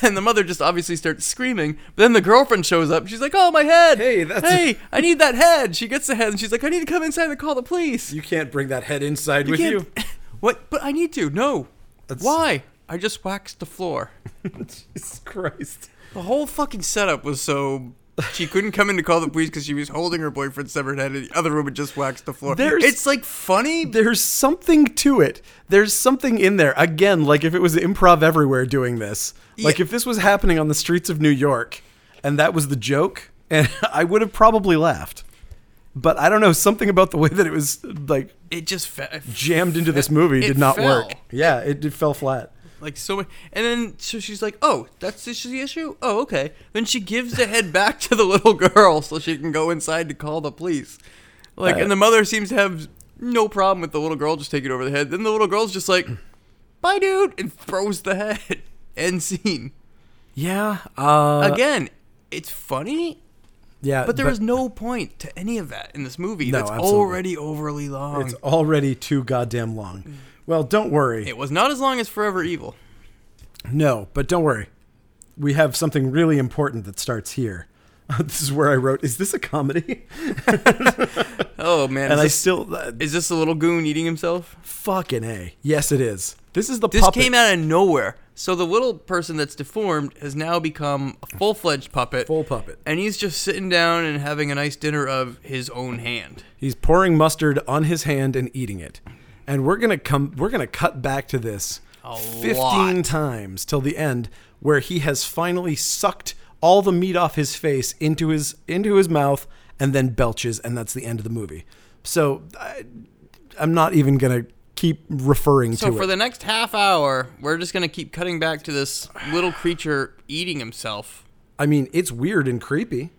S2: and the mother just obviously starts screaming. But then the girlfriend shows up. She's like, "Oh, my head!
S1: Hey, that's-
S2: hey, I need that head." She gets the head, and she's like, "I need to come inside and call the police."
S1: You can't bring that head inside with
S2: can't-
S1: you.
S2: [laughs] what? But I need to. No.
S1: That's-
S2: Why? I just waxed the floor.
S1: Jesus Christ.
S2: [laughs] The whole fucking setup was so. She couldn't come in to call the police because she was holding her boyfriend's severed head, and the other woman just waxed the floor.
S1: There's-
S2: it's like funny.
S1: There's something to it. There's something in there. Again, like if it was improv everywhere doing this, like
S2: Yeah.
S1: if this was happening on the streets of New York and that was the joke, [laughs] and I would have probably laughed. But I don't know, something about the way that it was like
S2: It just fe-
S1: jammed into this movie
S2: It
S1: did not work.
S2: fell.
S1: Yeah, it, it fell flat.
S2: like so much. And then so she's like, "Oh, that's the issue- the issue. Oh, okay." Then she gives the head back to the little girl so she can go inside to call the police. Like,
S1: Right.
S2: and the mother seems to have no problem with the little girl just taking over the head. Then the little girl's
S1: [clears throat]
S2: just like, "Bye, dude," and throws the head. [laughs] End scene.
S1: Yeah. Uh,
S2: Again, it's funny,
S1: yeah.
S2: but there is no point to any of that in this movie.
S1: No,
S2: that's
S1: absolutely.
S2: already overly long.
S1: It's already too goddamn
S2: Mm.
S1: long. Well, don't worry.
S2: it was not as long as Forever Evil.
S1: No, but don't worry. We have something really important that starts here. [laughs] this is where I wrote, is this a comedy?
S2: Oh man,
S1: And
S2: is,
S1: I
S2: this,
S1: still, uh,
S2: is this the little goon eating himself?
S1: fucking A. Yes, it is. This is the
S2: This
S1: puppet.
S2: came out of nowhere. So the little person that's deformed has now become a full fledged puppet.
S1: Full puppet.
S2: And he's just sitting down and having a nice dinner of his own hand.
S1: He's pouring mustard on his hand and eating it. And we're going to come, we're going to cut back to this
S2: A
S1: 15
S2: lot.
S1: times till the end where he has finally sucked all the meat off his face into his, into his mouth and then belches. And that's the end of the movie. So I, I'm not even going to keep referring
S2: So
S1: to it.
S2: for the next half hour, we're just gonna keep cutting back to this little creature eating himself.
S1: I mean, it's weird and creepy,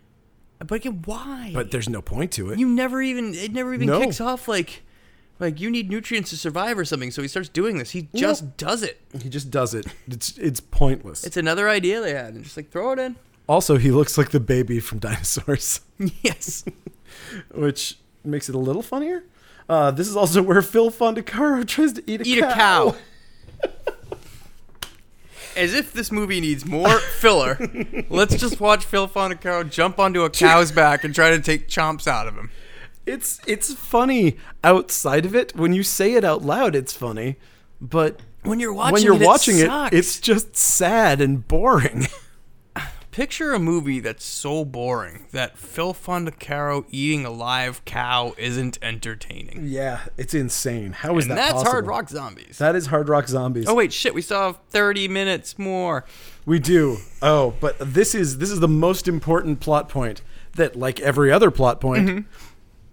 S2: But again, why?
S1: but there's no point to it.
S2: you never even it never even
S1: No.
S2: kicks off like like you need nutrients to survive or something. So he starts doing this. He just does it.
S1: he just does it. It's it's pointless.
S2: It's another idea they had, and just like throw
S1: [laughs]
S2: it in.
S1: also, he looks like the baby from [laughs] Dinosaurs,
S2: Yes.
S1: which makes it a little funnier. Uh, this is also [laughs] where Phil Fondacaro [laughs] tries to eat a
S2: eat
S1: cow.
S2: a [laughs] cow. As if this movie needs more filler, let's just watch Phil Fondacaro jump onto a cow's back and try to take chomps out of him.
S1: [laughs] It's it's funny outside of it. When you say it out loud, it's funny, but
S2: When you're watching,
S1: when you're
S2: it,
S1: watching
S2: it,
S1: it,
S2: sucks.
S1: it's just sad and boring. [laughs]
S2: picture a movie that's so boring that Phil Fondacaro eating a live cow isn't entertaining.
S1: yeah, it's insane. How is
S2: And
S1: that?
S2: that's
S1: possible?
S2: Hard Rock Zombies.
S1: That is hard rock zombies.
S2: oh wait, shit, we still have 30 minutes more.
S1: We do. Oh, but this is this is the most important plot point that, like every other plot point,
S2: Mm-hmm.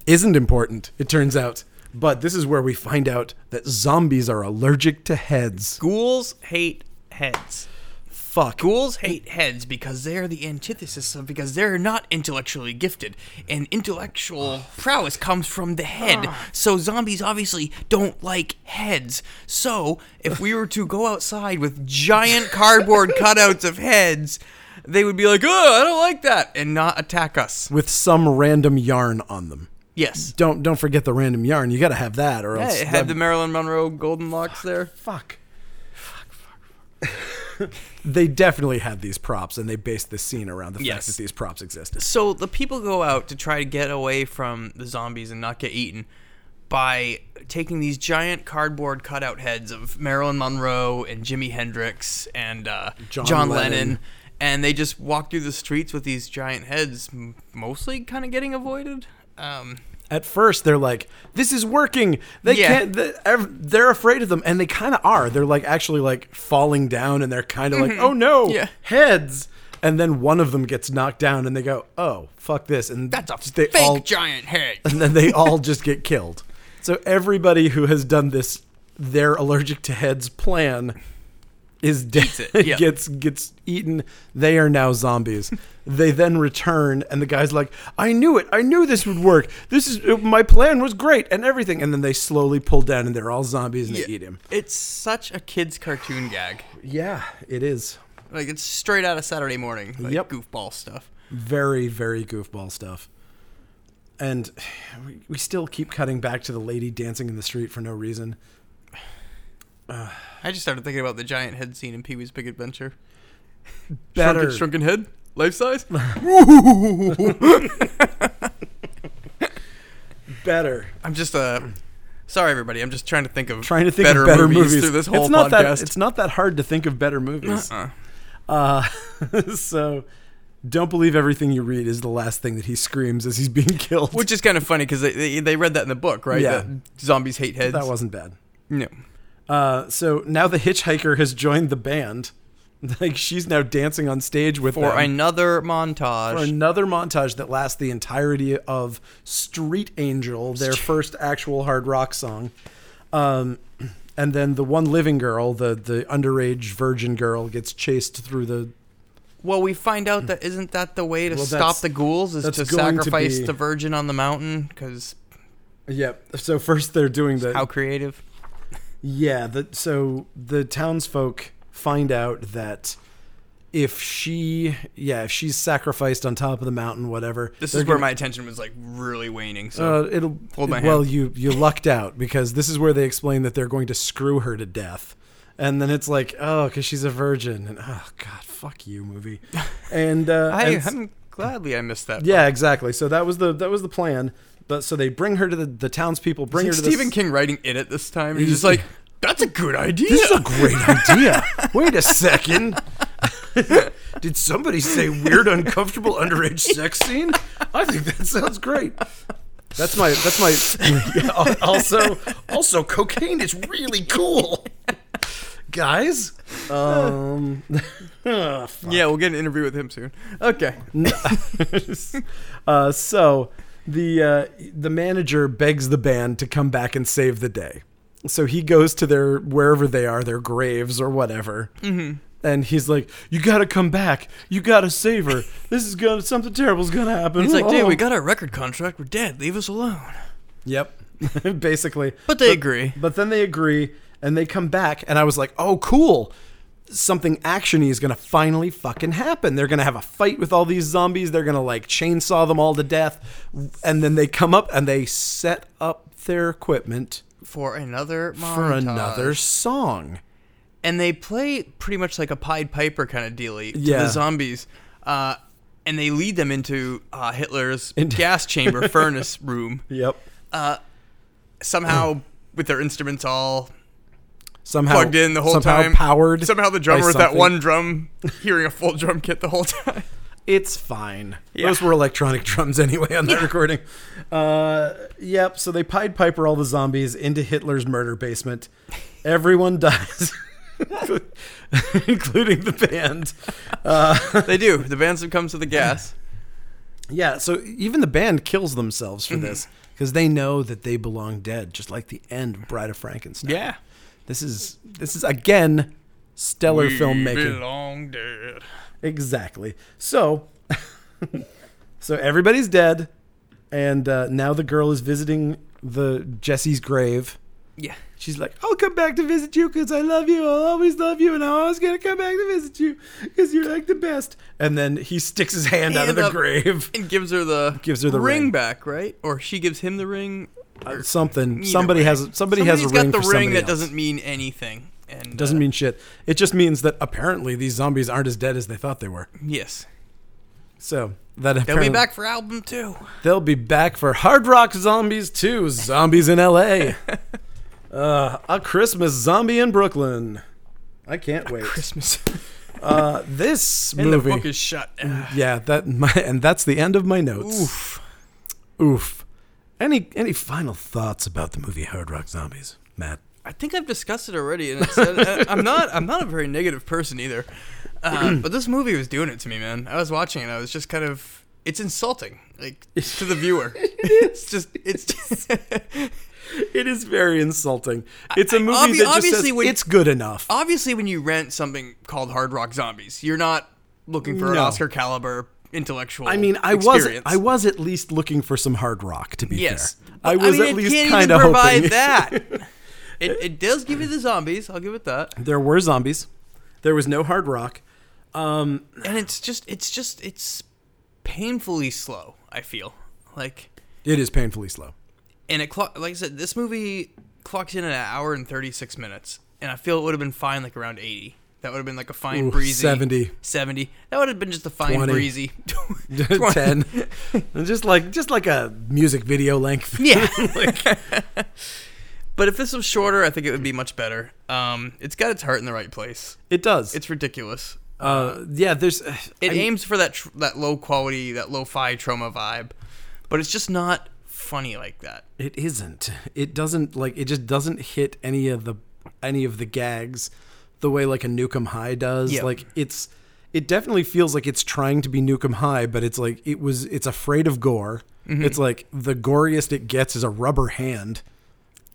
S1: isn't important. It turns out. But this is where we find out that zombies are allergic to heads.
S2: Ghouls hate heads.
S1: fuck.
S2: Ghouls hate heads because they are the antithesis of because they're not intellectually gifted, and intellectual prowess comes from the head. So zombies obviously don't like heads. So if we were to go outside with giant cardboard cutouts of heads, they would be like, "Oh, I don't like that," and not attack us.
S1: With some random yarn on them.
S2: Yes,
S1: Don't don't forget the random yarn. You got to have that, or else.
S2: hey, had
S1: that'd-
S2: the Marilyn Monroe golden locks there.
S1: fuck. [laughs] they definitely had these props, and they based the scene around the
S2: Yes.
S1: fact that these props existed.
S2: So the people go out to try to get away from the zombies and not get eaten by taking these giant cardboard cutout heads of Marilyn Monroe and Jimi Hendrix and uh,
S1: John
S2: John, Lennon.
S1: Lennon.
S2: and they just walk through the streets with these giant heads, m- mostly kind of getting avoided. Um,
S1: At first, they're like, "This is working." They
S2: Yeah.
S1: can't. They, ev- they're afraid of them, and they kind of are. They're like actually like falling down, and they're kind of like, "Oh no,
S2: Mm-hmm. Yeah.
S1: heads!" And then one of them gets knocked down, and they go, "Oh fuck this!" And
S2: that's a
S1: they
S2: fake
S1: all,
S2: giant head.
S1: and then they all just get killed. So everybody who has done this, their allergic to heads plan is dead.
S2: it, yeah.
S1: [laughs] gets gets eaten. They are now zombies. they then return, and the guy's like, "I knew it. I knew this would work. This is my plan was great and everything." And then they slowly pull down, and they're all zombies, and [laughs] they eat him.
S2: It's such a kids' cartoon gag.
S1: Yeah, it is
S2: Like it's straight out of Saturday morning, like
S1: Yep.
S2: goofball stuff.
S1: very very goofball stuff. And we, we still keep cutting back to the lady dancing in the street for no reason.
S2: I just started thinking about the giant head scene in Pee Wee's Big Adventure.
S1: Better.
S2: Shrunken, shrunken head, life
S1: [laughs]
S2: size.
S1: Better.
S2: I'm just uh, sorry everybody. I'm just trying to think of
S1: trying to think
S2: better,
S1: of better movies,
S2: movies, through this whole
S1: it's not
S2: podcast.
S1: That, it's not that hard to think of better movies.
S2: Uh-uh.
S1: Uh, [laughs] so, don't believe everything you read is the last thing that he screams as he's being killed.
S2: Which is kind of funny because they, they they read that in the book, right?
S1: Yeah.
S2: That zombies hate heads.
S1: that wasn't bad.
S2: no.
S1: Uh, so now the hitchhiker has joined the band. [laughs] Like she's now dancing on stage with
S2: For
S1: them
S2: another
S1: for
S2: montage.
S1: another montage that lasts the entirety of Street Angel, their first actual hard rock song. Um, and then the one living girl, the the underage virgin girl, gets chased through the
S2: well, we find out that isn't that the way to
S1: Well,
S2: stop
S1: that's-
S2: the ghouls is
S1: that's
S2: to
S1: going to
S2: sacrifice
S1: be-
S2: the virgin on the mountain because
S1: Yep. So first they're doing the
S2: how creative.
S1: yeah. The, so the townsfolk find out that if she yeah if she's sacrificed on top of the mountain whatever
S2: This
S1: they're
S2: is where
S1: gonna-
S2: my attention was like really waning. So
S1: uh, it'll
S2: Hold my
S1: well
S2: hand.
S1: you you lucked out because this is where they explain that they're going to screw her to death and then it's like oh because she's a virgin and oh god fuck you
S2: [laughs]
S1: movie and uh,
S2: I,
S1: and s-
S2: I'm gladly I missed that.
S1: yeah exactly so that was the that was the plan but so they bring her to the the townspeople
S2: It's
S1: bring
S2: like
S1: her to
S2: Stephen
S1: this,
S2: King writing it at this time. He's
S1: He's- [laughs]
S2: just like, that's a good idea.
S1: This is a great idea. Wait a second. [laughs] Did somebody say weird, uncomfortable underage sex scene? I think that sounds great. That's my. That's my. [laughs] Yeah, al- also, also, cocaine is really cool, guys. Um, [laughs] ah, fuck.
S2: Yeah, we'll get an interview with him soon. Okay.
S1: [laughs] uh, so the uh, the manager begs the band to come back and save the day. So he goes to their wherever they are, their graves or whatever. Mm-hmm. And he's like, "You got to come back. You got to save her. This is gonna something terrible's gonna happen."
S2: He's like, dude,
S1: Oh."
S2: we got our record contract. We're dead. Leave us alone.
S1: Yep, [laughs] basically.
S2: But they agree.
S1: But then they agree and they come back, and I was like, oh, cool. Something actiony is gonna finally fucking happen. They're gonna have a fight with all these zombies. They're gonna like chainsaw them all to death, and then they come up and they set up their equipment
S2: For another montage.
S1: for another song.
S2: And they play pretty much like a Pied Piper kind of dealie to
S1: Yeah.
S2: the zombies. Uh, and they lead them into uh, [laughs] Hitler's
S1: Into-
S2: gas chamber furnace room.
S1: Yep.
S2: Somehow, with their instruments all
S1: Somehow
S2: plugged in the whole
S1: somehow
S2: time.
S1: powered.
S2: Somehow the
S1: by
S2: drummer with that
S1: something.
S2: one drum hearing a full drum kit the whole [laughs] time.
S1: It's fine.
S2: Yeah.
S1: Those were electronic [laughs] drums anyway on that recording. Uh, yep. So they Pied Piper all the zombies into Hitler's murder basement. Everyone [laughs] dies, including the band. Uh,
S2: they do. The band's comes to the gas.
S1: yeah. So even the band kills themselves for this because they know that they belong dead, just like the end of Bride of Frankenstein.
S2: Yeah.
S1: This is this is again stellar
S2: We
S1: filmmaking.
S2: belong dead.
S1: Exactly. So, [laughs] so everybody's dead, and uh, now the girl is visiting the Jesse's grave.
S2: Yeah.
S1: She's like, "I'll come back to visit you because I love you. I'll always love you, and I'm always gonna come back to visit you because you're like the best." And then he sticks his hand, out of
S2: Hand
S1: the
S2: up.
S1: grave.
S2: And gives her the
S1: Gives her the ring.
S2: back, right? Or she gives him the ring.
S1: [laughs]
S2: or-
S1: Something.
S2: Either
S1: Somebody
S2: way.
S1: has. Somebody has a
S2: Somebody's
S1: ring.
S2: got the
S1: for
S2: ring
S1: somebody
S2: that
S1: else.
S2: doesn't mean anything. And
S1: Doesn't
S2: uh,
S1: mean shit. It just means that apparently these zombies aren't as dead as they thought they were.
S2: uh, yes.
S1: So that
S2: They'll be
S1: apparent-
S2: back for album two.
S1: They'll be back for Hard Rock Zombies 2 Zombies in [laughs] LA. uh, a Christmas Zombie in Brooklyn. I can't [laughs] wait.
S2: Christmas.
S1: Uh, this
S2: [laughs] and
S1: movie. Mm.
S2: the book is shut. Ah,
S1: [laughs] yeah, that my, and that's the end of my notes.
S2: Oof.
S1: Oof. Any any final thoughts about the movie Hard Rock Zombies, Matt?
S2: I think I've discussed it already, and
S1: [laughs]
S2: it's, uh, I'm not I'm not a very negative person either. Uh,
S1: [clears throat]
S2: but this movie was doing it to me, man. I was watching it. and I was just kind of it's insulting, like to
S1: [laughs]
S2: the viewer. it's just it's just
S1: It is very insulting. It's a
S2: I-
S1: movie
S2: obvi-
S1: that just
S2: obviously
S1: says
S2: when-
S1: it's good enough.
S2: obviously when you rent something called Hard Rock Zombies, you're not looking for an
S1: No.
S2: Oscar caliber intellectual.
S1: I mean, I was
S2: experience.
S1: I was at least looking for some hard rock. To be
S2: yes.
S1: fair, I was
S2: mean,
S1: at
S2: it
S1: least
S2: can't
S1: kind
S2: even
S1: of
S2: provide
S1: hoping [laughs]
S2: that. It, it does give you the zombies. I'll give it that.
S1: There were zombies. There was no hard rock. Um,
S2: and it's just it's just it's painfully slow i feel like
S1: it is painfully slow. [laughs]
S2: and it clock like i said this movie clocks in at an hour and 36 minutes and i feel it would have been fine like around 80 that would have been like a fine
S1: Ooh,
S2: breezy
S1: 70.
S2: 70 that would have been just a fine
S1: 20.
S2: breezy 20.
S1: Ten, and [laughs] just like just like a music video length.
S2: [laughs] yeah but if this was shorter i think it would be much better um it's got its heart in the right place
S1: It does.
S2: it's ridiculous
S1: uh, yeah. There's.
S2: it aims for that tr- that low quality that lo-fi trauma vibe but it's just not funny like that
S1: It isn't. It doesn't like. It just doesn't hit any of the any of the gags the way like a Nukem High does.
S2: Yeah.
S1: Like it's. It definitely feels like it's trying to be Nukem High, but it's like it was. It's afraid of gore. It's like the goriest it gets is a rubber hand.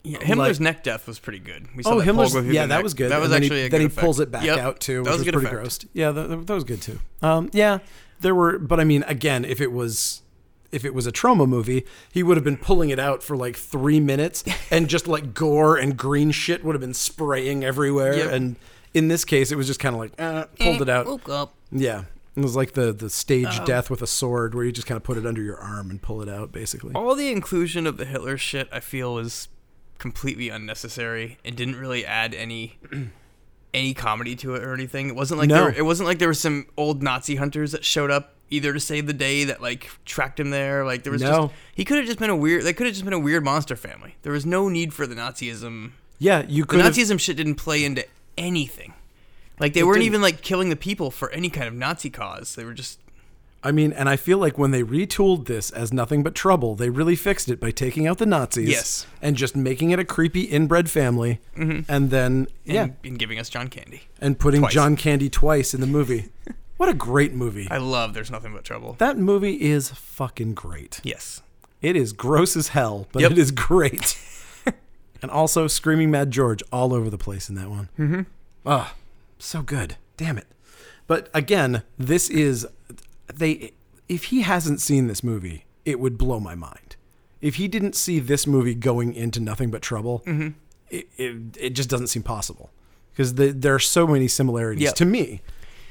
S2: Yeah, Himmler's
S1: like-
S2: neck death was pretty good. We saw
S1: Oh,
S2: that pole
S1: Himmler's
S2: go through
S1: yeah,
S2: the
S1: that
S2: neck.
S1: was good.
S2: That was
S1: and then
S2: actually
S1: he,
S2: a
S1: then
S2: good
S1: he
S2: effect.
S1: pulls it back
S2: Yep,
S1: out too,
S2: that
S1: which
S2: was
S1: was,
S2: a good
S1: pretty
S2: effect.
S1: gross. Yeah, that, that was good too. Um, yeah, there were, but I mean, again, if it was. If it was a trauma movie, he would have been pulling it out for like three minutes,
S2: [laughs]
S1: and just like gore and green shit would have been spraying everywhere.
S2: Yep.
S1: And in this case, it was just kind of like eh, pulled it out.
S3: Woke up.
S1: Yeah, it was like the the stage death with a sword, where you just kind of put it under your arm and pull it out, basically.
S2: All the inclusion of the Hitler shit, I feel, was completely unnecessary and didn't really add any [clears throat] any comedy to it or anything. It wasn't like
S1: No.
S2: there, it wasn't like there were some old Nazi hunters that showed up either to save the day that like tracked him there. Like there was
S1: No.
S2: just he could have just been a weird. They could have just been a weird monster family. There was no need for the Nazism.
S1: Yeah, you
S2: The
S1: could. have-
S2: Nazism shit didn't play into anything. Like they weren't
S1: didn't.
S2: even like killing the people for any kind of Nazi cause. They were just
S1: I mean, and I feel like when they retooled this as nothing but trouble, they really fixed it by taking out the Nazis,
S2: Yes.
S1: and just making it a creepy inbred family, and then yeah,
S2: and, and giving us John Candy.
S1: and putting
S2: twice.
S1: John Candy twice in the
S2: [laughs]
S1: movie. what a great movie!
S2: I love There's Nothing But Trouble.
S1: that movie is fucking great.
S2: yes.
S1: It is gross as hell, but
S2: Yep.
S1: it is great. and also, Screaming Mad George all over the place in that one. Mm-hmm. Ah, so good. Damn it. But again, this is they. If he hasn't seen this movie, it would blow my mind. If he didn't see this movie going into nothing but trouble,
S2: Mm-hmm.
S1: it, it it just doesn't seem possible because the, there are so many similarities
S2: Yep.
S1: to me.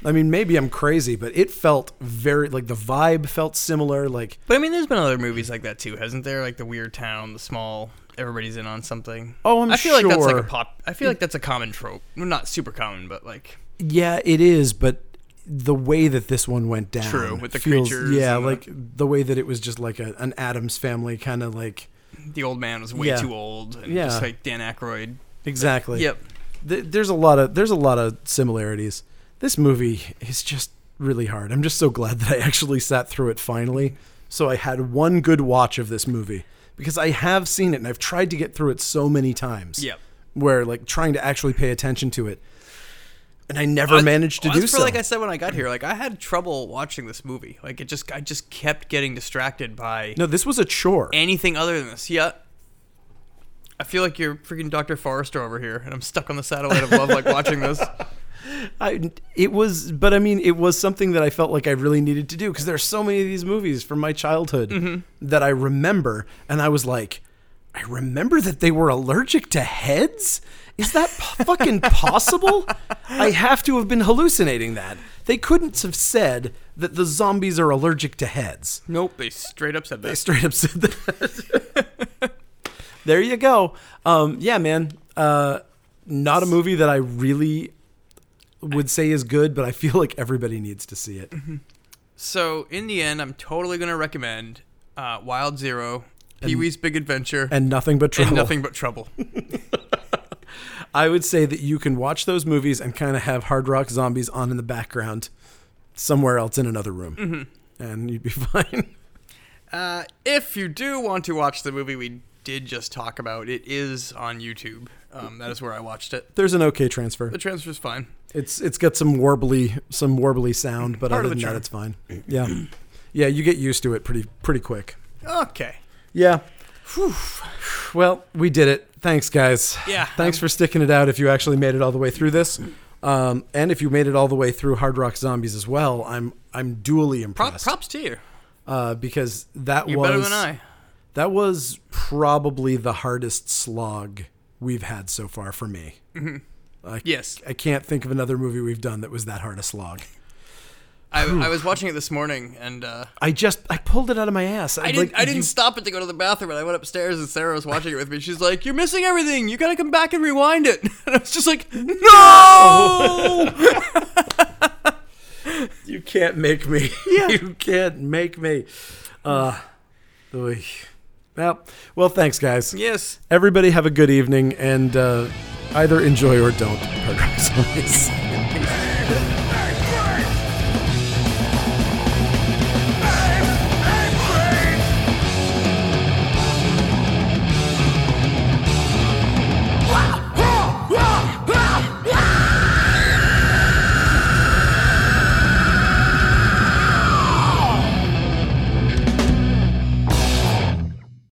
S1: I mean, maybe I'm crazy, but it felt very like the vibe felt similar. Like
S2: But I mean, there's been other movies like that too, hasn't there? Like The Weird Town, The Small, everybody's in on something.
S1: Oh, I'm
S2: I feel like that's like a
S1: sure. Mm.
S2: pop. I feel like that's a common trope. Well, not super common, but like
S1: Yeah, it is, but the way that this one went down,
S2: True, with the creatures
S1: yeah,
S2: and the-
S1: like the way that it was just like a, an Adams family kind of like
S2: the old man was way
S1: Yeah.
S2: too old, and
S1: Yeah.
S2: just like Dan Aykroyd.
S1: exactly.
S2: Yep.
S1: Th- there's a lot of there's a lot of similarities. This movie is just really hard. I'm just so glad that I actually sat through it finally. So I had one good watch of this movie because I have seen it and I've tried to get through it so many times.
S2: Yep.
S1: Where like trying to actually pay attention to it, and I never managed to
S2: Well,
S1: do
S2: that's for,
S1: so.
S2: Like I said when I got here, like I had trouble watching this movie. Like it just, I just kept getting distracted by
S1: no, this was a chore.
S2: anything other than this. Yeah.
S1: [laughs]
S2: I feel like you're freaking Dr. Forrester over here, and I'm stuck on the satellite of love, like watching this.
S1: I, it was, but I mean, it was something that I felt like I really needed to do because there are so many of these movies from my childhood that I remember, and I was like, I remember that they were allergic to heads. Is that p- [laughs] fucking possible? I have to have been hallucinating that. They couldn't have said that the zombies are allergic to heads.
S2: Nope, they straight up said
S1: I
S2: that.
S1: straight up said that. there you go. Um, yeah, man. Uh, not a movie that I really would say is good, but I feel like everybody needs to see it.
S2: Mm-hmm. So in the end, I'm totally gonna recommend uh, Wild Zero, Pee Wee's Big Adventure, and,
S1: And nothing but trouble.
S2: Nothing But Trouble. [laughs]
S1: I would say that you can watch those movies and kind of have Hard Rock Zombies on in the background somewhere else in another room.
S2: Mm-hmm.
S1: And you'd be [laughs] fine.
S2: Uh, if you do want to watch the movie we did just talk about, it is on YouTube. Um, that is where I watched it.
S1: There's an okay transfer.
S2: The transfer's fine.
S1: It's it's got some warbly some warbly sound, but
S2: Part
S1: other
S2: of the
S1: than that,
S2: charm.
S1: it's fine. Yeah, yeah, you get used to it pretty pretty quick.
S2: Okay.
S1: Yeah. Well, we did it. Thanks, guys.
S2: Yeah.
S1: Thanks for sticking it out if you actually made it all the way through this. Um, and if you made it all the way through Hard Rock Zombies as well, I'm I'm duly
S2: Prop,
S1: impressed
S2: props to you.
S1: uh, because that
S2: You're
S1: was
S2: better than I.
S1: that was probably the hardest slog we've had so far for me. I,
S2: Yes.
S1: I can't think of another movie we've done that was that hard a slog.
S2: I, I was watching it this morning, and uh,
S1: I just I pulled it out of my ass.
S2: I
S1: I'd
S2: didn't.
S1: like-
S2: I didn't
S1: you-
S2: stop it to go to the bathroom, and I went upstairs, and Sarah was watching it with me. She's like, "You're missing everything. You gotta come back and rewind it." [laughs] And I was just like, "No!"
S1: [laughs] You can't make me. [laughs] you can't make me. Uh, oy. well, well, thanks, guys.
S2: yes.
S1: [laughs] Everybody have a good evening and uh, either enjoy or don't Hard Rock Zombies.